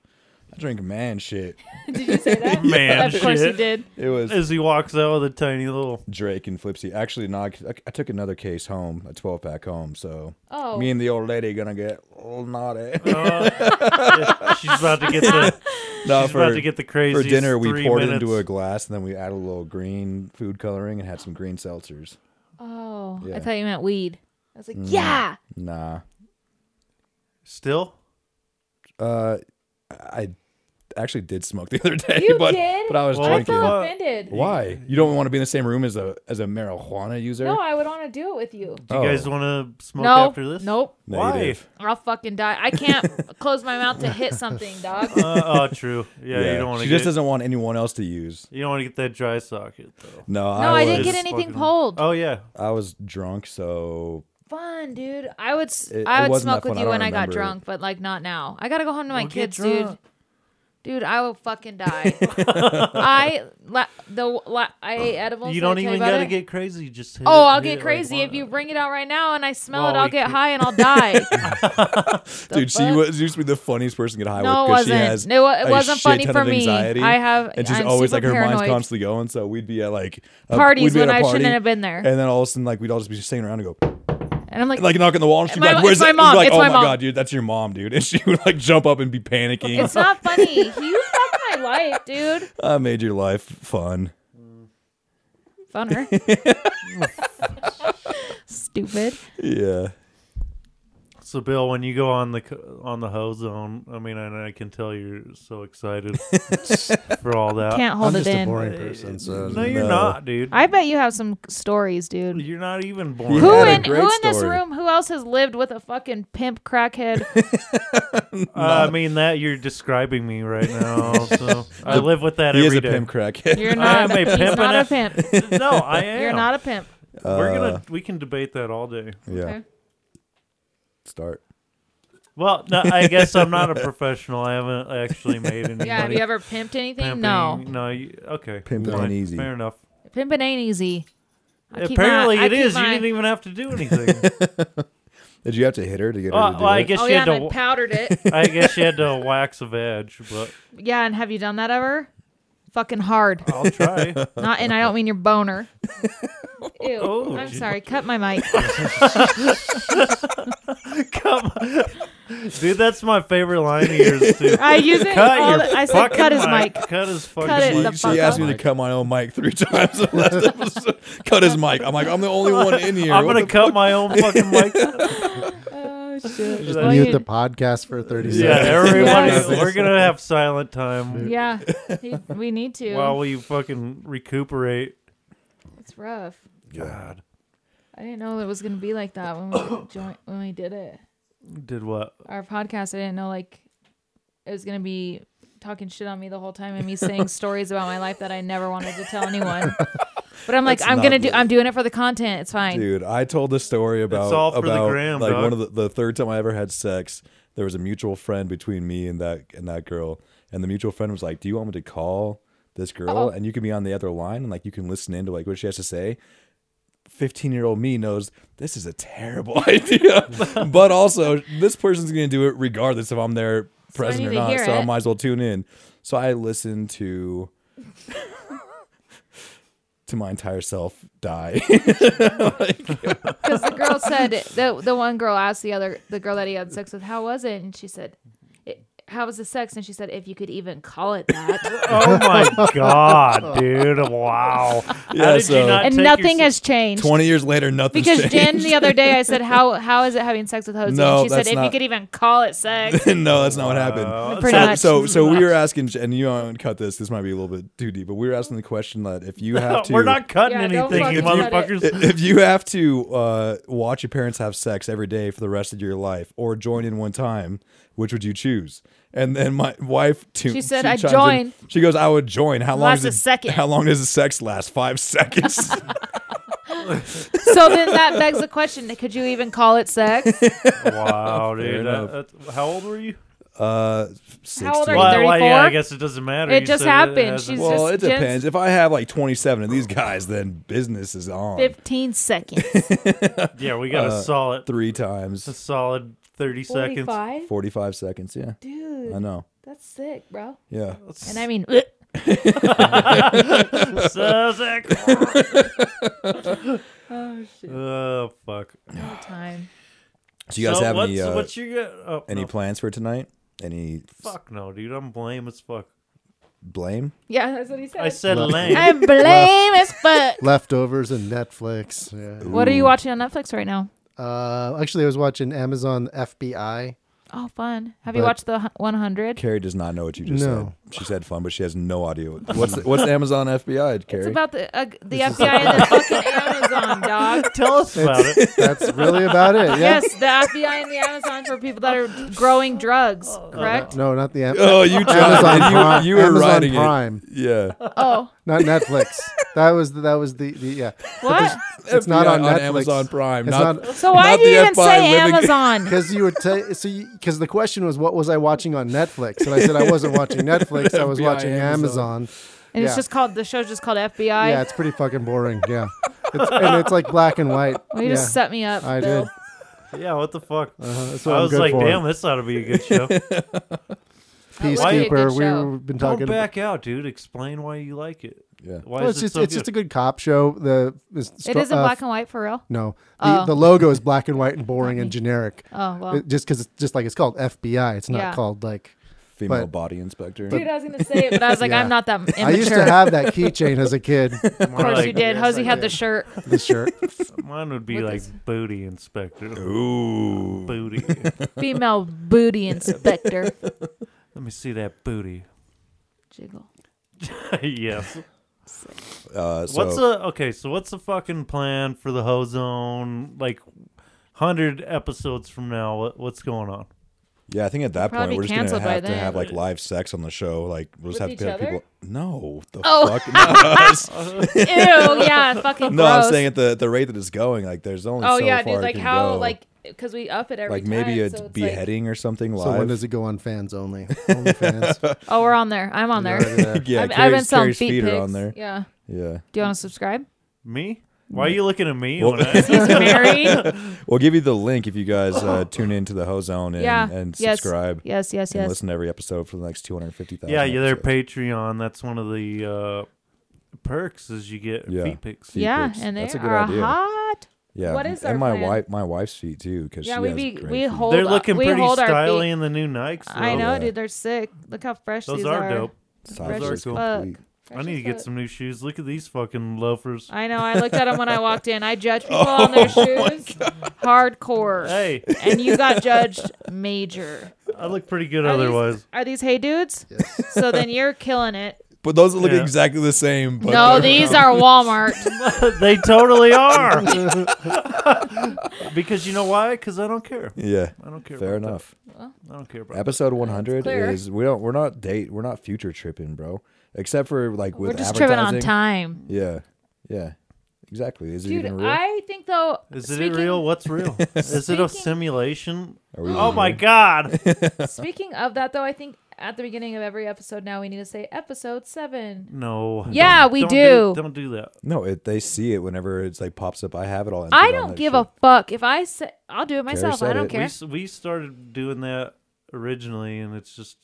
"I drink man shit."
did you say that?
Man,
of course
shit.
you did.
It was
as he walks out with a tiny little.
Drake and Flipsy. Actually, no, I, I took another case home, a 12 pack home. So
Oh.
me and the old lady gonna get all naughty.
She's about to get the.
no,
She's about to get the crazy.
for dinner, we poured it
minutes.
into a glass, and then we added a little green food coloring and had some green seltzers.
Oh,
Yeah. Mm.
I thought you meant weed. I was like, yeah.
Nah,
Still,
uh, I actually did smoke the other day,
You
but
did?
but I was
Well,
I
Thank
drinking.
you.
felt offended.
Why? You don't want to be in the same room as a as a marijuana user?
No, I would want to do it with you.
do you
Oh.
guys want to smoke
no,
after this?
nope.
Why?
Negative.
I'll fucking die. I can't close my mouth to hit something, dog.
Uh, oh, true. Yeah, you don't want to.
She
get,
just doesn't want anyone else to use.
You don't want to get that dry socket though.
No,
No, I,
was,
didn't get
It's
anything
fucking-
pulled.
Oh yeah,
I was drunk, so
Fun, dude. I would s
It-
I
it
would
wasn't
smoke
that fun.
with
I
you
don't
when I got
remember it.
drunk, but like not now. I gotta go home to my
Well, get
kids, dude.
drunk.
Dude, I will fucking die. I la- the la- I ate edibles.
you
did I
don't
tell
even
about
gotta
it?
get crazy. Just hit
Oh,
it-
I'll
hit it
get
like
crazy if
one-
you bring it out right now and I smell
Well,
it. I'll
we
get
could-
high and I'll die.
dude, she
fuck?
was she used to be the funniest person to get high
No, it
with because she
wasn't.
has
It wa- it
a
wasn't
shit
funny
ton
for
of
me.
anxiety,
I have-
and she's
I'm
always
super
like her mind's
paranoid.
constantly going. So we'd be at like a- uh,
Parties
we'd be
when
at a
I
party,
shouldn't have been there.
and then all of a sudden, like we'd all just be sitting around and go
And I'm like,
like knocking the wall, and she'd
My-
be like, "Where's
it's
it?"
my
We'd be
mom,
Like,
it's
oh
my
my
mom."
god, dude, that's your mom, dude, and she would like jump up and be panicking.
it's not funny. You fucked my life, dude.
I made your life fun.
Funner. Stupid.
Uh, Yeah.
So Bill, when you go on the c- on the hoe zone, I mean, I, I can tell you're so excited for all that.
Can't
I'm
hold it
just a
in.
boring person, so
no, you're
No.
not, dude.
I bet you have some stories, dude.
You're not even born.
Who
had a
in who
great
in this
story.
room? Who else has lived with a fucking pimp crackhead?
Uh, I mean that you're describing me right now. So I live with that
He
every
is
day.
a pimp crackhead.
You're
I am
not.
a
he's
pimp. and
not
I-
a pimp.
no, I am.
You're not a pimp.
We're
Uh.
gonna. We can debate that all day.
Yeah.
Okay.
Start.
Well, no, I guess I'm not a professional. I haven't actually made any
Yeah. Have
money.
you ever pimped anything?
pimping.
No.
No. You, okay.
Pimping
fine,
ain't easy.
Fair enough.
Pimping ain't easy. I keep my-
Apparently
I
it
keep
is. You
my-
didn't even have to do anything.
Did you have to hit her to get her
well,
to do
well, I
it?
guess
Oh
you
yeah,
had
and I
to.
powdered it.
I guess you had to wax a veg, but
Yeah, and have you done that ever? Fucking hard.
I'll try.
Not, and I don't mean your boner. Ew.
Oh,
I'm
gee.
sorry. Cut my mic.
Come, on. dude. That's my favorite line of yours too.
I use it.
Cut
all
your
the- I said
fucking
cut his
mic.
mic.
Cut his fucking
Cut it
mic.
the
she,
fuck
she asked
up.
me to cut my own mic three times in the last episode. cut his mic. I'm like, I'm the only one in here.
I'm
What
gonna
the
cut my own fucking mic.
Oh shit.
Just
Well,
mute
you-
the podcast for 30
yeah,
seconds.
everybody,
Yes.
we're gonna have silent time
Yeah, he- we need to.
while we fucking recuperate.
it's rough.
God,
I didn't know it was gonna be like that when we joined when we did it.
did what?
Our podcast. I didn't know like it was gonna be talking shit on me the whole time and me saying stories about my life that I never wanted to tell anyone. But I'm like,
That's
I'm
not
gonna do.
good.
I'm doing it for the content. It's fine.
Dude, I told this story about
all for the
about,
gram,
like
dog.
one of the, the third time I ever had sex. There was a mutual friend between me and that and that girl, and the mutual friend was like, "Do you want me to call this girl
Uh-oh.
and you can be on the other line and like you can listen into like what she has to say?" Fifteen year old me knows this is a terrible idea, but also this person's gonna do it regardless if I'm there present
need
or
to
not,
hear
so I
it.
might as well tune in. So I listened to to my entire self die.
Because the girl said the the one girl asked the other the girl that he had sex with, "How was it?" And she said, "It- "How was the sex?" And she said, "If you could even call it that."
Oh my god, dude! Wow. How
Yeah,
did you
so-
not
and
take
nothing
your-
has changed.
Twenty years later, nothing.
because
changed.
Jen the other day, I said, "How how is it having sex with Jose?"
No,
and she said,
that's
"If you
not-
could even call it sex."
no, that's not what happened.
Wow.
Pretty
so,
much.
so, so we were asking, and you don't cut this. This might be a little bit too deep, but we were asking the question that if you have to,
We're not cutting
Yeah, don't
anything, you
fucking cut
motherfuckers.
if you have to uh, watch your parents have sex every day for the rest of your life, or join in one time, which would you choose? And then my wife, too,
She said, "I'd
chimes in.
join."
She goes, "I would join." How long
Lasts
is
a
it-
second.
How long does the sex last? Five seconds.
so then that begs the question: Could you even call it sex?
Wow, dude!
enough.
that- that's- how old were you?
uh, six
old
to-
are you?
Well, well, yeah, I
34?
guess it doesn't matter.
It
You
just
said
happened.
hasn't-
She's-
Well, it
Just- just-
depends. If I have like 27 of these guys, then business is on.
Fifteen seconds.
yeah, we got a
uh,
solid,
Three
a
times,
solid thirty seconds.
45?
45 seconds. Yeah, I
Dude,
know.
that's sick, bro.
Yeah.
And I mean,
Sussex.
oh shit,
Oh fuck!
no time.
So you guys
So
have
what's,
any uh,
what's your gu- oh,
any
no.
plans for tonight? Any
Fuck no, dude! I'm lame as fuck.
blame?
Yeah, that's what he said.
I said
Left.
lame.
I'm blame as fuck.
Leftovers and Netflix. Yeah.
What are you watching on Netflix right now?
Uh, actually, I was watching Amazon FBI.
Oh, fun. Have you
But-
watched the 100?
Carrie does not know what you just
No.
said. She said fun, but she has no idea. what- What's the, what's the Amazon FBI, Carrie?
It's about the uh, the FBI and the fucking Amazon, dog.
Tell us about it.
That's really about it. Yeah.
Yes, the FBI and the Amazon for people that are growing drugs, correct?
No, not the Am-
oh, you
Amazon
tried.
Prime.
You, you were
Amazon
writing
Prime,
it. Yeah.
Oh,
not Netflix. that was the, that was the, the yeah.
what?
It's not
FBI
on Netflix.
Amazon Prime.
It's
not-
not
So why
Not
do you
the
even
FBI
say
living-
Amazon?
because you were ta- so because the question was what was I watching on Netflix and I said I wasn't watching Netflix. I was
FBI,
watching
Amazon.
Amazon.
And it's
Yeah.
just called the show's just called FBI.
Yeah, it's pretty fucking boring. Yeah, it's, and it's like black and white.
well, you
yeah,
just set me up.
I
Bill.
did.
Yeah, what the fuck?
Uh, that's what
I
I'm
was
good
like,
for.
damn, this ought to be a good show.
That would be a good
Peacekeeper.
show.
We've been
Don't
talking. about,
back out, dude. Explain why you like it.
Yeah.
Why
well,
is it
it's just
so
it's
good?
just a good cop show. The it's
It
sto-
isn't
uh,
black and white for real.
No, the,
Oh.
the logo is black and white and boring and generic.
Oh well.
It- just because it's just like it's called FBI. It's not
Yeah.
called like.
Female
But-
body inspector.
Dude, I was gonna say it, but I was like,
Yeah.
I'm not that immature.
I used to have that keychain as a kid.
of
of course, you did. Hosey had the shirt.
The shirt.
Mine would be
With
like
this-
booty inspector.
Ooh.
Booty.
Female booty inspector.
Let me see that booty.
Jiggle.
yes.
Uh, so,
what's the okay? So what's the fucking plan for the Hozone? Like, hundred episodes from now, what, what's going on?
Yeah, I think at that
Probably
point we're just
canceled
gonna
by
have to
then.
have like live sex on the show. Like we'll just
With
have to
each
have people.
other?
No, the
Oh.
fuck. not us.
Ew. Yeah. Fucking.
no,
gross.
I'm saying at the the rate that it's going, like there's only
Oh
so
yeah,
far
dude.
it
Like
can
how
go.
like because we up it every
like
time.
maybe a
so it's
beheading or something
So when
live.
does it go on fans only? Only fans.
Like, oh, we're on there. I'm on there.
yeah,
I've, I've been
Carrie's,
selling
Carrie's
feet
feet
pics.
are on there.
Yeah.
Yeah,
Do you want to subscribe?
Me? Why are you looking at me?
Well-
when I-
He's married.
we'll give you the link if you guys uh, tune into the Ho Zone and,
yeah.
and
yes.
subscribe
Yes. Yes.
and
Yes.
listen to every episode for the next 250,000.
yeah, yeah. Their
episodes.
Patreon. That's one of the uh, perks is you get
Yeah.
feet pics.
Feet
Yeah,
pics.
and they
That's a good
are
idea.
hot.
Yeah,
What is
and
our
my
plan?
wife, my wife's feet too, because
Yeah,
she
we
has
be-
great
we
feet.
hold-
They're
up.
looking
We
pretty
hold our
styly
feet.
in the new Nikes.
I
though.
know,
yeah.
dude. They're sick. Look how fresh
Those
these
are dope.
Size
fresh
is
as
complete.
fuck.
I need to get some new shoes. Look at these fucking loafers.
I know. I looked at them when I walked in. I judge people on their
Oh
shoes, hardcore.
Hey,
And you got judged major.
I look pretty good
Are these-
otherwise.
Are these hey dudes? So then you're killing it.
But those look
Yeah.
exactly the same. But
no,
they're-
these are Walmart.
they totally are. because you know why? Because I don't care.
Yeah,
I don't care.
fair
about
enough.
That. I don't care about.
Episode 100
clear.
is we don't we're not date we're not future tripping, bro. Except for like with
We're just tripping
advertising.
on time.
Yeah, yeah, exactly. Is it
Dude,
even real?
I think though.
That. Is
speaking,
it real? What's real? Is it a
Speaking-
simulation?
Are we
Oh
even
my
real?
god!
Speaking of that, though, I think at the beginning of every episode now we need to say episode seven.
No.
Yeah,
Don't-
we
don't
do.
Don't do that.
No, it, they see it whenever it's like pops up. I have it all.
I don't give a fuck if I say I'll do it myself. I
said it.
don't
We
care.
s- we started doing that originally, and it's just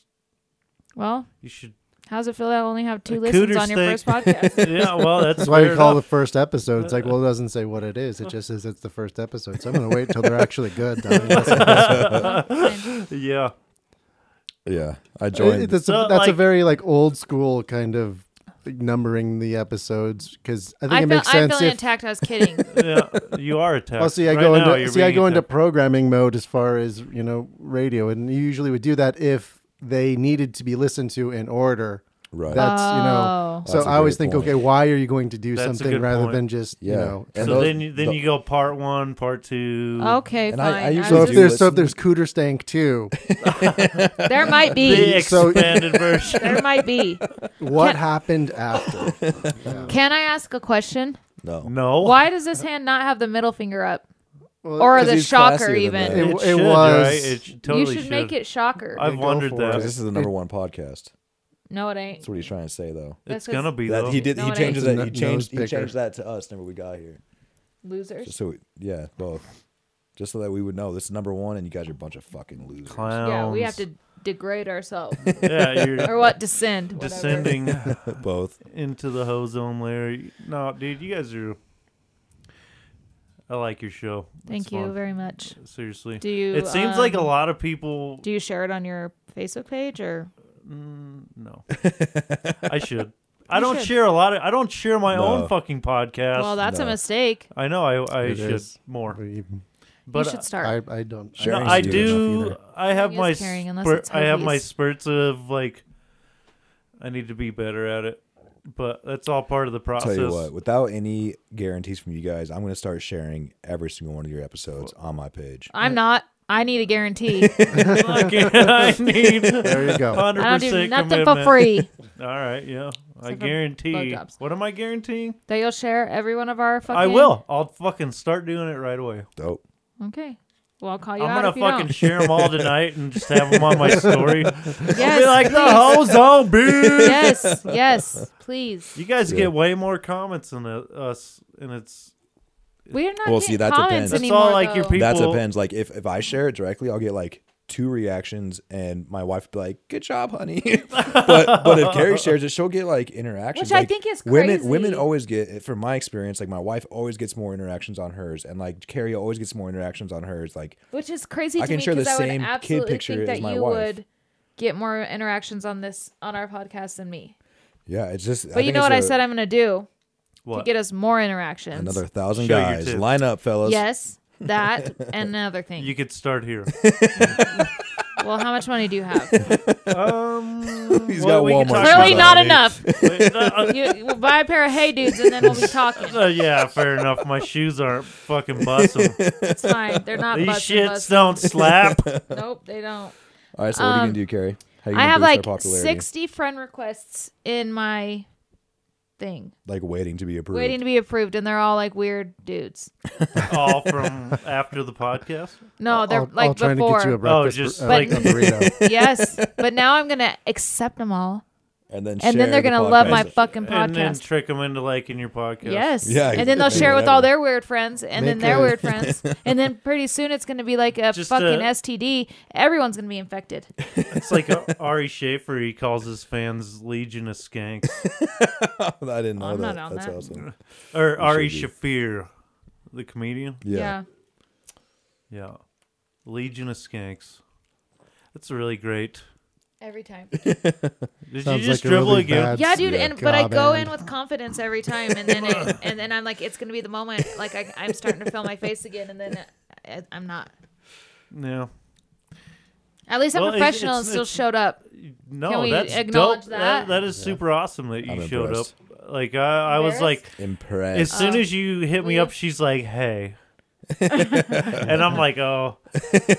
well,
you should
How's it feel to only have
A
two listens
cooter
on your first
steak.
podcast?
yeah, well, that's,
That's why we
fair
call it the
enough.
first episode. It's like, well, it doesn't say what it is. It just says it's the first episode. So I'm going to wait until they're actually good. Donnie. That's,
Yeah.
Yeah, I
it-
joined.
that's a,
So,
that's a
like-
very like old school kind of numbering the episodes because I think
I
it
feel,
makes
I'm
sense
feeling
if
attacked. I was kidding.
Yeah. You are attacked.
Well, see, I
Right
go
now,
into
you're
see, I
being
go into
attacked.
programming mode as far as you know radio, and you usually would do that if they needed to be listened to in order.
Right.
That's you know.
Oh.
So
That's a
I always
great
think,
point.
okay, why are you going to do
That's a
something
good
rather
point.
than just you
Yeah.
know?
And
So
those-
then, you, then
the-
you go part one, part two.
Okay,
And I-
fine.
I
I was
usually
So if
do
just-
there's so if
listen.
there's Cooter Stank too,
there might
The
be.
So-
expanded version.
There might be.
what
Can-
happened after?
Can I ask a question?
no.
No.
Why does this hand not have the middle finger up?
Well,
Or
'cause
the
he's classier
shocker,
than
even?
that.
It-
It, should,
it was-
Right? It sh- totally
you should, make it shocker.
I've
Go
wondered
for
that.
it.
This is the number one podcast.
no, it
That's
ain't.
what he's trying to say, though.
It's
That's his-
gonna be though.
That he did.
No,
he
it
changes
ain't.
that. He
It's a n-
changed. He
nose picker.
changed that to us. Never we got here.
Losers.
So yeah, both. Just so that we would know, this is number one, and you guys are a bunch of fucking losers.
Clowns.
Yeah, we have to degrade ourselves.
Yeah, you're
or what? Descend. whatever.
descending
both.
into the ozone layer. No, dude, you guys are. I like your show.
Thank
It's
you
fun.
very much.
Seriously,
Do you?
it seems like a
um,
lot of people.
Do you share it on your Facebook page or?
Mm, no, I should. I
You
don't
should.
share a lot of. I don't share my
No.
own fucking podcast.
well, that's a
no.
mistake.
I know. I I
It
should
is.
more.
You
But
should start.
I, I don't.
No,
Sharing's
I
good
do.
enough
I have
Caring is
my
caring, unless
spur-
it's
I have my
herpes.
spurts of like. I need to be better at it, but that's all part of the process.
Tell you what, without any guarantees from you guys, I'm going to start sharing every single one of your episodes on my page.
I'm not. I need a guarantee.
Fucking- I need
There you go.
hundred
I don't do
percent
nothing
commitment.
for free.
All right, yeah, I
Except for
guarantee.
blowjobs.
What am I guaranteeing?
that you'll share every one of our fucking.
I will. I'll fucking start doing it right away.
Dope.
Okay. Well, I'll call you
I'm
out
gonna
if you
fucking share them all tonight and just have them on my story.
don't.
I'll be like
Yes.
the hoes on, bitch.
yes. Yes. Please.
You guys
Yeah.
get way more comments than uh, us, and it's
We're not
Well,
getting
see, that
comments
depends.
That's
anymore.
all, like, your
though.
people-
That depends. Like if if I share it directly, I'll get like two reactions, and my wife would be like, "Good job, honey." but but if Carrie shares it, she'll get like interactions,
Which I
Like,
think is
Women
crazy.
women always get, eh, from my experience, like my wife always gets more interactions on hers, and like Carrie always gets more interactions on hers. Like
Which is crazy
I
to
can
me
share the
because I
same
would
kid
absolutely
picture
think
as
that
my
you
wife.
would get more interactions on this on our podcast than me.
yeah, it's just.
But you know what I said I'm going to do to
what?
get us more interactions.
Another thousand
Show your
guys,
tits.
line up, fellas.
Yes, that and another thing.
You could start here.
well, how much money do you have?
um,
He's
well,
got
we could
Walmart
talk
Clearly
Shoes
not
on.
enough.
about- wait, uh,
You well, buy a pair of Hey Dudes and then we'll be talking.
uh, yeah, fair enough. My shoes aren't fucking busting.
It's fine. They're not
These
busting
shits
busting.
don't slap.
Nope, they don't.
All right, so what are you gonna do, Carrie? How you
Um, I
gonna
have
boost our
like
popularity?
60 friend requests in my thing,
like waiting to be approved.
waiting to be approved, and they're all like weird dudes.
all from after the podcast.
No, they're
I'll,
like
I'll try
before.
to get you a breakfast.
just
bur- uh,
like-
a burrito.
yes, but now I'm gonna accept them all,
and then
and then they're gonna love my fucking
And then
podcast.
trick them into liking your podcast.
Yes.
Yeah,
and then they'll
exactly,
share it with all
whatever.
their weird friends, and then
Make
their
a-
weird friends, and then pretty soon it's gonna be like a
Just,
fucking
uh,
STD. Everyone's gonna be infected.
It's like uh, Ari Schaefer, he calls his fans Legion of Skanks.
I didn't know
I'm
that.
not on
That's
that.
awesome.
Or Ari
should
Shafir, the comedian.
Yeah.
Yeah. Legion of Skanks. That's really great.
every time.
Did
Sounds
you just
like a
dribble
really
again?
bad-
Yeah,
That's
dude,
your
and but I
job,
go
Ann.
in with confidence every time, and then it, and then I'm like, it's gonna be the moment. Like I, I'm starting to feel my face again, and then I, I'm not.
Yeah.
At least I'm
Well, it's-
professional and
it's-
still
it's-
showed up.
No,
Can we
that's
acknowledge
dope.
that?
that is super awesome that you
I'm
showed
impressed.
up. Like I, I was like, as
Impressed.
soon as you hit me
we-
up, she's like, "Hey," and I'm like, "Oh,"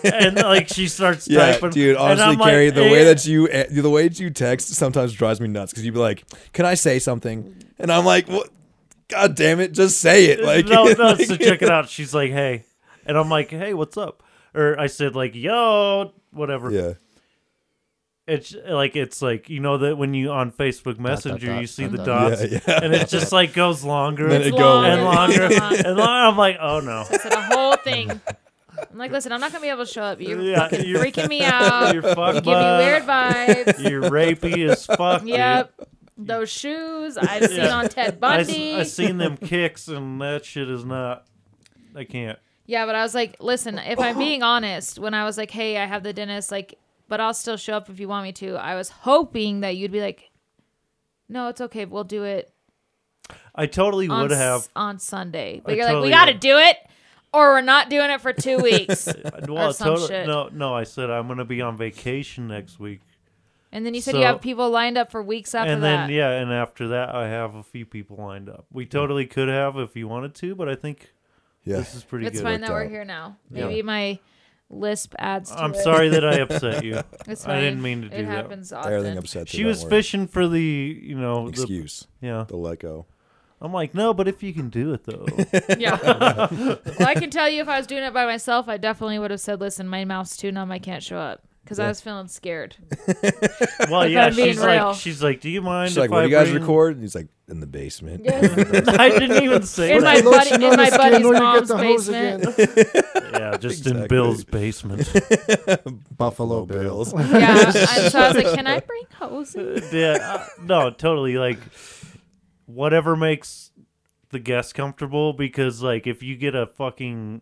and like she starts
Yeah,
typing.
dude.
and
Honestly,
I'm like,
Carrie, the
"Eh."
way that you eh, the way that you text sometimes drives me nuts because you'd be like, "Can I say something?" And I'm like, "What? God damn it! Just say it!" Like,
no, no.
like-
so check it out. She's like, "Hey," and I'm like, "Hey, what's up?" Or I said like, "Yo," whatever.
Yeah.
It's like it's like you know that when you on Facebook Messenger
dot,
you see
dot,
the
dot.
dots,
Yeah, yeah.
and it just like goes longer
Then
and
it goes.
longer and longer. I'm like, "Oh no."
It's a whole thing. I'm like, listen, I'm not gonna be able to show up. You're
Yeah,
fucking
you're-
freaking me out.
You're
You're
fucked
giving me weird
up.
vibes.
You're rapey as fuck. dude.
yep. Those shoes I've seen
Yeah.
on Ted
I,
Bundy.
I seen them kicks, and that shit is not. I can't.
Yeah, but I was like, listen, if I'm being honest, when I was like, hey, I have the dentist, like, but I'll still show up if you want me to, I was hoping that you'd be like, no, it's okay. We'll do it
I totally
on,
would
s-
have.
on Sunday. But
I
you're like,
totally
we got to
would.
do it or we're not doing it for two weeks.
Well,
some
totally-
shit.
No, no. I said I'm gonna be on vacation next week,
and then you said
So-
you have people lined up for weeks after
and
that.
then yeah, and after that, I have a few people lined up. We totally could have if you wanted to, but I think
Yeah.
this is pretty
it's
good.
fine that we're
out.
here now.
Yeah.
Maybe my lisp adds to
I'm
it.
sorry that I upset you.
It's
I didn't
fine.
mean to do
It
that.
happens
Everything
often.
upset.
She was fishing for the, you know, the,
Excuse
yeah.
the let go.
I'm like, no, but if you can do it though,
Yeah. well, I can tell you if I was doing it by myself, I definitely would have said, listen, my mouth's too numb. I can't show up. Because I was feeling scared.
well,
If
yeah.
I'm being
She's
real.
like, she's like, do you mind
She's
if
like, "Where
I
do you guys
bring-"
record?" And he's like, "In the basement."
I didn't even say
In my,
that.
Lotion
buddy,
on
in
the
my
skin
buddy's
or you get
mom's
the hose
basement.
again.
yeah, just in
Exactly.
Bill's basement.
Buffalo Bills.
Bills.
Yeah. And so I was like, can I bring hoses?
yeah, uh, no, totally. Like, whatever makes the guest comfortable, because like, if you get a fucking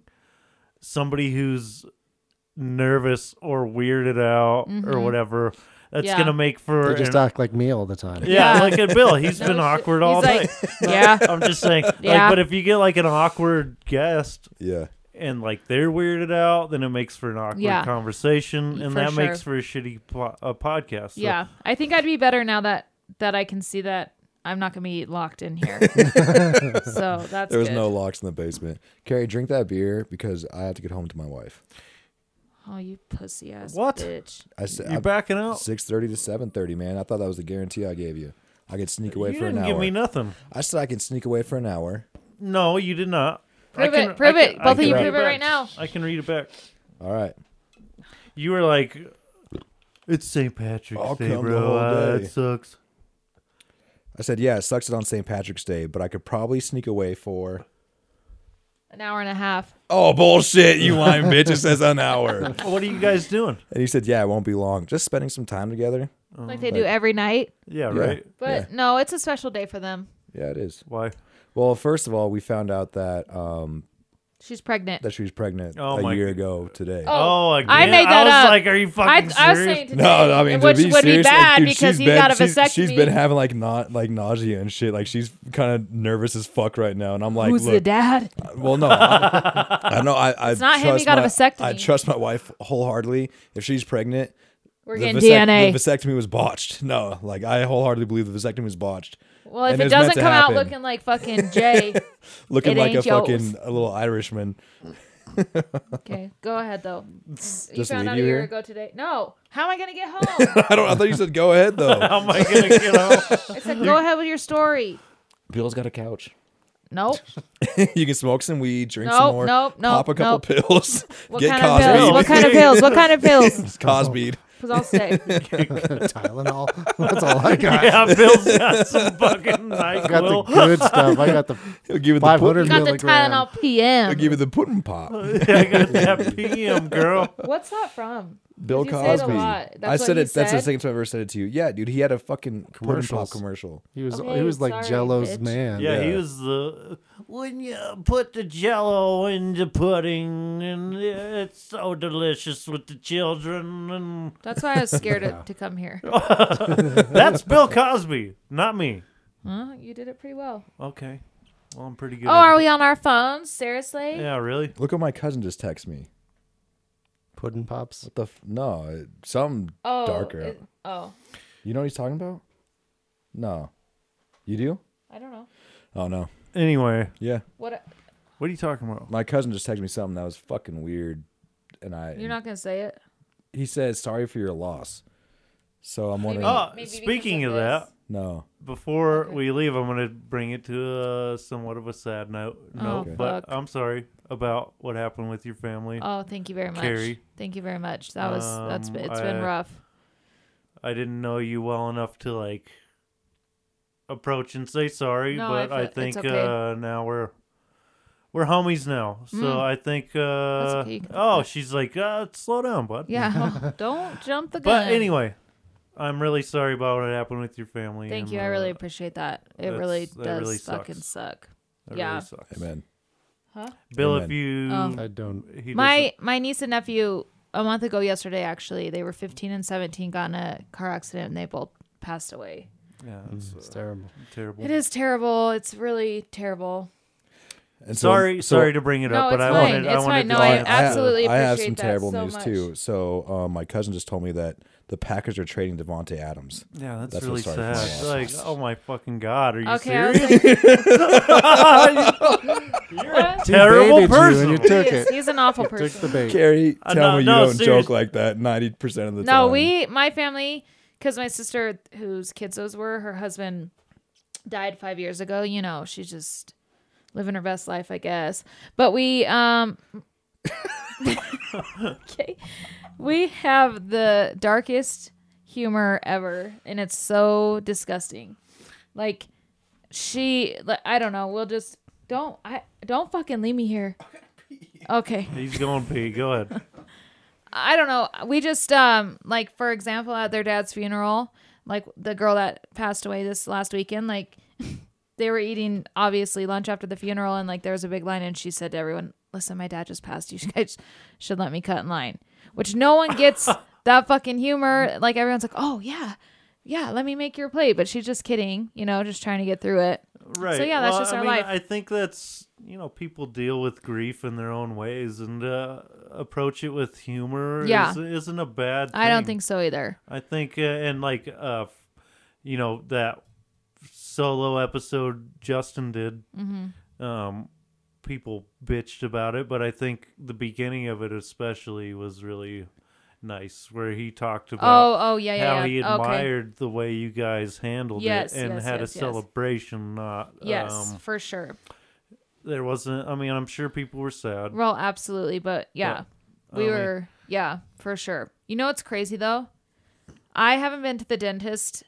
somebody who's nervous or weirded out or whatever, that's
Mm-hmm. Yeah.
gonna make for
They just
an-
act like me all the time.
yeah,
Yeah.
like at Bill, he's
No
been
shit.
awkward
He's
all
like,
day.
yeah.
I'm just saying,
Yeah.
like, but if you get like an awkward guest
Yeah.
and like they're weirded out, then it makes for an awkward
Yeah.
conversation, and
For
that
sure.
makes for a shitty po- a podcast. So
Yeah. I think I'd be better now that that I can see that I'm not going to be locked in here. so that's
There was
good.
no locks in the basement. Carrie, drink that beer because I have to get home to my wife.
Oh, you pussy ass
What?
bitch.
I said
You backing out?
six thirty to seven thirty, man. I thought that was the guarantee I gave you. I could sneak away
You
for an
didn't
hour.
give me nothing.
I said I could sneak away for an hour.
No, you did not. I
Prove
can-
it. Prove
I
it.
can- I
Both of
can
you
read
prove it
back.
right now.
I can read it back.
All right.
You were like, "It's St. Patrick's
I'll
Day,
come the
bro.
whole
Uh,
day."
it sucks."
I said, yeah, it sucks it on St. Patrick's Day, but I could probably sneak away for.
An hour and a half.
Oh, bullshit, you lying bitch. It says an hour. And
What are you guys doing?
he said, yeah, it won't be long. Just spending some time together.
like they do every night.
Yeah,
Yeah.
right.
But no, it's a special day for them.
Yeah, it is.
Why?
Well, first of all, we found out that um,
She's pregnant.
that she was pregnant
Oh
a
my
year ago today.
Oh, again.
I made
I
that
was
up.
like, "Are you fucking
I,
serious?"
I was saying today,
No, I mean,
which
to be
would be
serious, like,
bad
dude,
because
she's
he's got a
been-
vasectomy.
she's- She's been having like not like nausea and shit. Like she's kind of nervous as fuck right now, and I'm like,
Who's the
look,
dad?
well, no, I, I know, I, I
It's not him, he
trust
got a
my-
vasectomy.
I trust my wife wholeheartedly. If she's pregnant,
We're
the,
getting
vasect-
DNA.
the vasectomy was botched. No, like I wholeheartedly believe the vasectomy was botched.
well, if
and
it
it's meant
doesn't
to
come out
happen.
looking like fucking Jay,
Looking
it
like a
ain't yours.
fucking a little Irishman.
okay, go ahead though. you
Just
found
leave
out
you
a year
here?
ago today. No, how am I gonna get home?
I don't. I thought you said go ahead though.
How am I gonna get out?
I said, go ahead with your story.
Bill's got a couch.
Nope.
you can smoke some weed, drink
Nope,
some more,
nope, nope,
pop a couple pills,
What
get
kind of pills?
Cosby.
What kind of pills? What kind of pills?
Cosby.
Because I'll stay.
Tylenol. That's all I got.
Yeah, Bill's got some fucking
I got
NyQuil.
the good stuff. I got the
He'll give you the pu-
500
Got the
milligram.
Tylenol PM.
He'll give you the pudding pop.
Yeah, I got that PM girl.
What's that from?
Bill
you say it a
Cosby.
lot. That's
I
what
said
he
it. That's the
said?
second time I've ever said it to you. Yeah, dude, he had a fucking pudding pop
Commercials.
commercial.
He was
Okay,
he was like
sorry,
Jello's
bitch.
man.
Yeah, he
Yeah.
was the when you put the jello in the pudding and it's so delicious with the children and
That's why I was scared to, to come here.
Oh. that's Bill Cosby, not me.
Huh? You did it pretty well.
Okay. Well, I'm pretty good.
Oh, are we on our phones? Seriously?
Yeah, really?
Look what my cousin just texted me.
Puddin pops.
What the f- no? it- Something
Oh,
darker.
it- oh,
you know what he's talking about? No. You do?
I don't know.
Oh no.
Anyway,
Yeah.
What?
what are you talking about?
My cousin just texted me something that was fucking weird, and I.
You're not gonna say it.
he says sorry for your loss. So I'm wondering.
Oh,
Maybe because
speaking
of
of that,
No.
before we leave, I'm going to bring it to uh, somewhat of a sad note. No,
Oh,
but
fuck.
I'm sorry about what happened with your family.
Oh, thank you very much.
Carrie.
Thank you very much. That was that's
Um,
it's been
I-
rough.
I didn't know you well enough to like approach and say sorry,
No, I
but I,
feel- it's
think
okay.
uh, now we're we're homies now. So I think. Uh,
what Mm. you can-
oh, she's like, uh, slow down, bud.
Yeah, don't- don't jump the gun.
But anyway, I'm really sorry about what happened with your family.
thank
and,
you. I
uh,
really appreciate that. It really
that's- that
does
really
fucking
sucks.
suck.
that
yeah. Um,
Really sucks.
Amen.
Bill, if
Amen.
you.
I don't.
he
My my niece and nephew a month ago yesterday actually they were 15 and 17 got in a car accident and they both passed away.
doesn't- yeah,
Mm.
it's uh,
It's terrible.
terrible.
It is terrible. It's really terrible.
And so-
Sorry,
so-
sorry to bring it
No,
up, but
it's
I
fine.
wanted, I
It's
wanted
fine.
to
No, I
bring it up.
ha-
absolutely
I have
appreciate
some
that
terrible
so
news
much.
too. So um, my cousin just told me that the Packers are trading Devonte Adams.
Yeah, that's,
That's
really
what's sorry for my
sad. Like,
loss.
oh my fucking god, are you
okay, I
serious?
was like,
You're a
What?
terrible
baited you and
person.
you
he
Took
is-
it.
he's an awful
Took the
person.
bait.
Gary,
Uh,
tell
no,
me you
no,
don't
serious-
joke like that ninety percent of the time.
No, we my family because my sister whose kids those were, her husband died five years ago. You know, she's just living her best life, I guess. But we um okay, we have the darkest humor ever, and it's so disgusting. Like she, like, I don't know. We'll just don't I don't fucking leave me here. Okay.
He's going pee. Go ahead.
I don't know. We just um like for example at their dad's funeral, like the girl that passed away this last weekend, like they were eating obviously lunch after the funeral and like there was a big line and she said to everyone, "Listen, my dad just passed. You guys should let me cut in line." Which no one gets that fucking humor. Like everyone's like, "Oh, yeah. Yeah, let me make your plate." But she's just kidding, you know, just trying to get through it.
Right.
So, yeah, that's
Well,
just
I
our
mean,
life.
I think that's you know people deal with grief in their own ways, and uh, approach it with humor.
Yeah.
is, isn't a bad.
I don't
thing.
think so either.
I think, uh, and like, uh, f- you know, that solo episode Justin did,
Mm-hmm.
um, people bitched about it, but I think the beginning of it especially was really nice, where he talked
Oh,
about
oh, yeah, yeah,
how
yeah.
he
okay.
admired the way you guys handled
Yes,
it and
yes,
had
yes,
a
yes.
celebration. Not
Yes,
um,
for sure.
there wasn't. I mean, I'm sure people were sad.
Well, absolutely, but yeah, we
I mean-
were yeah for sure. You know what's crazy though? I haven't been to the dentist.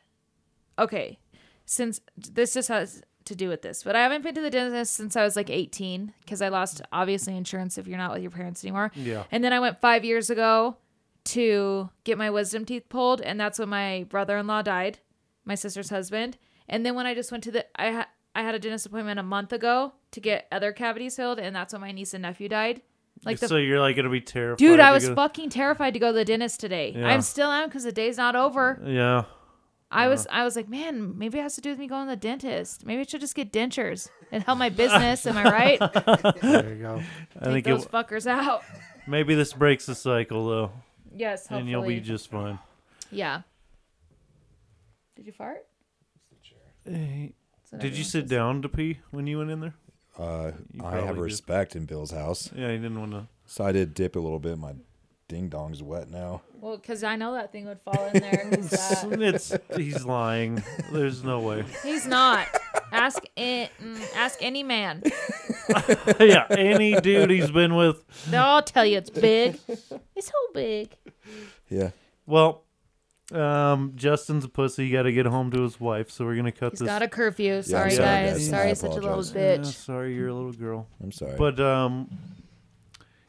Okay, since this just has to do with this, but I haven't been to the dentist since I was like 18 because I lost obviously insurance if you're not with your parents anymore.
Yeah.
and then I went five years ago to get my wisdom teeth pulled, and that's when my brother-in-law died, my sister's husband. And then when I just went to the, I had I had a dentist appointment a month ago to get other cavities filled, and that's when my niece and nephew died. Like the
so you're like gonna be terrified,
dude, I
to
was
go-
fucking terrified to go to the dentist today.
Yeah.
I'm still am because the day's not over.
Yeah.
I was I was like, man, maybe it has to do with me going to the dentist. Maybe I should just get dentures and help my business. Am I right? Take
There you go.
I think
those
it,
fuckers out.
maybe this breaks the cycle though,
Yes, hopefully.
and you'll be just fine.
yeah. Did you fart?
Did you sit down to pee when you went in there?
Uh, I
probably
have
did.
respect in Bill's house,
Yeah, you didn't want to.
so I did dip a little bit. My ding dong's wet now.
Well, because I know that thing would fall in there. uh, Who's that?
It's he's lying. There's no way.
He's not. Ask it, mm, ask any man.
yeah, any dude he's been with.
They'll all tell you it's big. It's so big.
Yeah,
Well, um, Justin's a pussy. You got to get home to his wife. So we're gonna cut
He's
this.
got a curfew. Sorry,
sorry,
guys.
guys.
Sorry,
I
such a little
apologize.
Yeah,
bitch.
sorry, you're a little girl.
I'm sorry.
But um,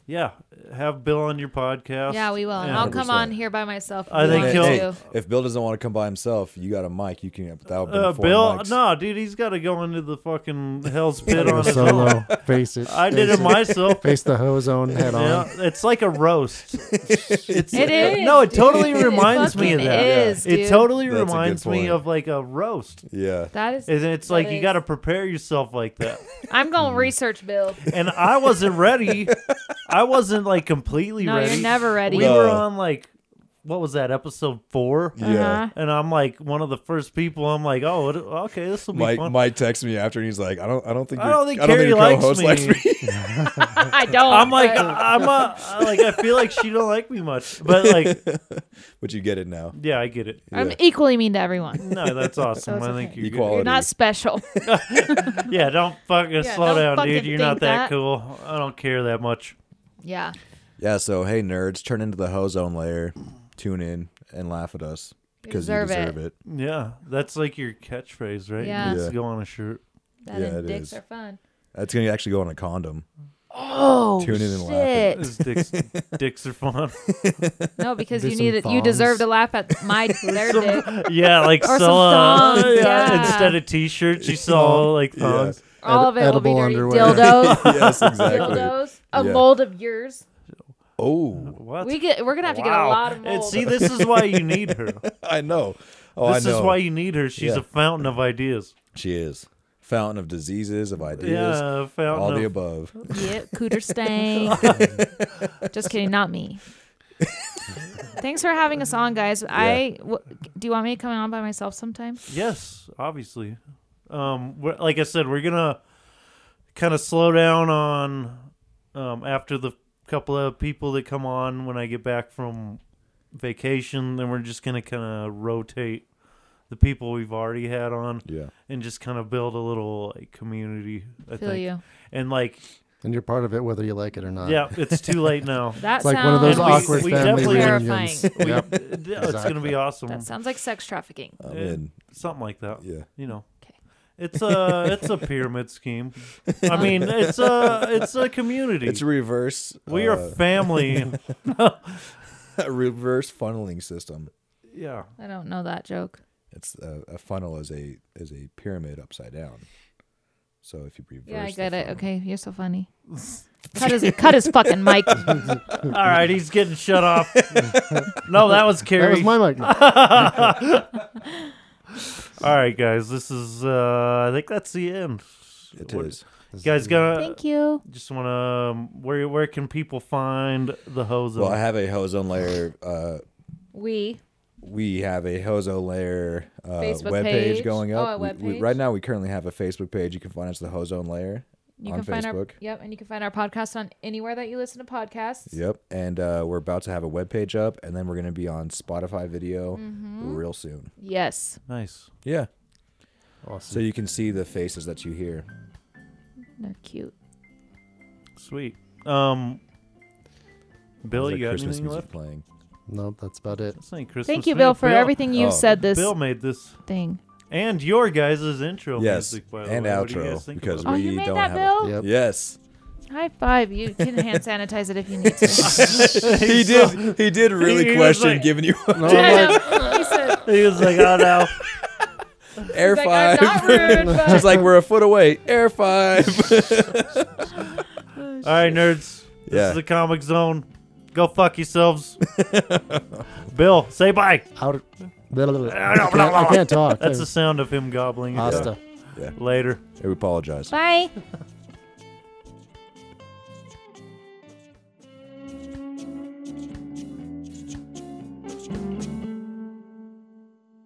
yeah, have Bill on your podcast.
Yeah, we will. And
Yeah.
I'll come on
100%.
here by myself. if
I
you
think
want
he'll-
me
hey,
to.
if Bill doesn't want to come by himself, you got a mic. You can. That would be
Uh,
four
Bill,
mics.
no, dude, he's got to go into the fucking hell's pit
Go
on his own.
solo. Face it.
I did
Face
it myself.
Face the ozone head on.
Yeah, it's like a roast. it's, uh,
It is,
No, it totally
dude. It
reminds me of
fucking
that.
is,
it
dude.
totally
That's a good
reminds me
point.
of like a roast.
Yeah.
That is.
And it's
that
like you
is-
got to prepare yourself like that.
I'm going to research, Bill.
and I wasn't ready. I wasn't like completely
No,
ready.
you're never ready.
We
No.
were on like what was that episode 4?
Uh-huh.
Yeah.
And I'm like one of the first people. I'm like, "Oh, it, okay, this will be
Mike
fun."
Mike texted me after and he's like, I don't I don't think
I
your-
don't think Carrie
your
likes
co-host
me.
I don't.
I'm like uh,
but-
I'm a, like I feel like she don't like me much. But like
but you get it now.
yeah, I get it.
I'm
Yeah.
equally mean to everyone.
No, that's awesome.
it's
I think
okay.
you're good.
Equality.
You're not special.
Yeah, don't fucking slow
don't
down, dude.
fucking
You're not
think
that,
that.
cool. I don't care that much.
yeah.
Yeah, so hey nerds, turn into the ozone layer, tune in and laugh at us because you
deserve it.
deserve it.
Yeah, that's like your catchphrase, right?
Yeah.
Let's
Yeah.
go on a shirt.
That
Yeah,
and
it
dicks
is.
are fun.
That's gonna actually go on a condom.
Oh,
Tune in and laugh at-
shit.
His dicks, dicks are fun.
No, because
Do
you
some
need it. You
thongs.
deserve to laugh at my their dick.
Yeah, like
Or some
sell uh,
thongs, yeah.
instead of t-shirts, you sell like thongs.
All of it will be
edible
dirty.
underwear.
Dildos,
yes, exactly.
dildos, a
Yeah.
mold of yours.
Oh,
What?
We get. We're gonna have to get a
Wow.
lot of mold.
And see, this is why you need her.
I know. Oh,
this
I know.
is why you need her. She's
Yeah.
a fountain of ideas.
she is fountain of diseases, of ideas,
Yeah, a fountain
all
of
the above.
Yeah, cooter stank. Just kidding, not me. Thanks for having us on, guys. I w- do you want me to come on by myself sometime?
Yes, obviously. Um, we're, like I said, we're gonna kind of slow down on um, after the couple of people that come on when I get back from vacation. Then we're just gonna kind of rotate the people we've already had on
Yeah.
and just kind of build a little like community. I
Feel
think.
you.
And like,
and you're part of it whether you like it or not.
yeah, it's too late now.
That
It's like
sounds
one of those
And we-
awkward
we
family
definitely-
reunions.
We,
Yep.
It's gonna be
Exactly.
awesome.
That sounds like sex trafficking.
I'm
Eh,
in.
something like that.
Yeah.
you know.
'Kay.
It's a it's a pyramid scheme. I mean, it's a it's a community.
It's Uh. a reverse.
we are family.
a reverse funneling system.
yeah.
I don't know that joke.
It's a, a funnel is a is a pyramid upside down. So if you reverse,
Yeah, I
the
get it.
funnel-
Okay, you're so funny. cut his cut his fucking mic.
All right, he's getting shut off. no, that was
That
Carrie.
was my mic.
All right, guys, this is uh I think that's the end.
It
What-
is.
You guys, gonna
Thank you.
just want to um, where where can people find the hose?
Well, I have a hozone layer. Uh,
We
we have a Hozo Layer uh,
Facebook
webpage
page.
going up.
Oh, a
We- we-
webpage?
right now, we currently have a Facebook page. You can find us the Hozone Layer
you
on
can find our
Facebook.
yep, and you can find our podcast on anywhere that you listen to podcasts.
Yep, and uh, we're about to have a webpage up, and then we're going to be on Spotify video real soon.
Mm-hmm. Yes.
nice.
Yeah, so
Awesome.
you can see the faces that you hear.
They're cute.
Sweet. Um Bill,
Sounds like
you got
Christmas
anything
music
left?
playing.
Nope, that's about it.
This ain't Christmas.
Thank you,
music.
Bill, for everything you've
Oh.
said this
Bill made this
thing.
And your guys' intro
Yes,
music, by the
and
way. What do you
outro,
guys think
because
about
Oh,
we
you made
don't
that,
have a-
Bill?
Yep.
Yes,
High five. You can hand sanitize it if you need to.
he did. He did really
He was
question
like-
giving you
Yeah, he said,
it? He was like, oh no.
air
like, I'm
five.
not rude, but-
She's like, we're a foot away. Air five.
All right, nerds. This
Yeah.
is the Comic Zone. Go fuck yourselves. Bill, say bye.
Out. I can't, I can't talk.
That's the sound of him gobbling.
Asta.
Later.
we apologize.
Bye.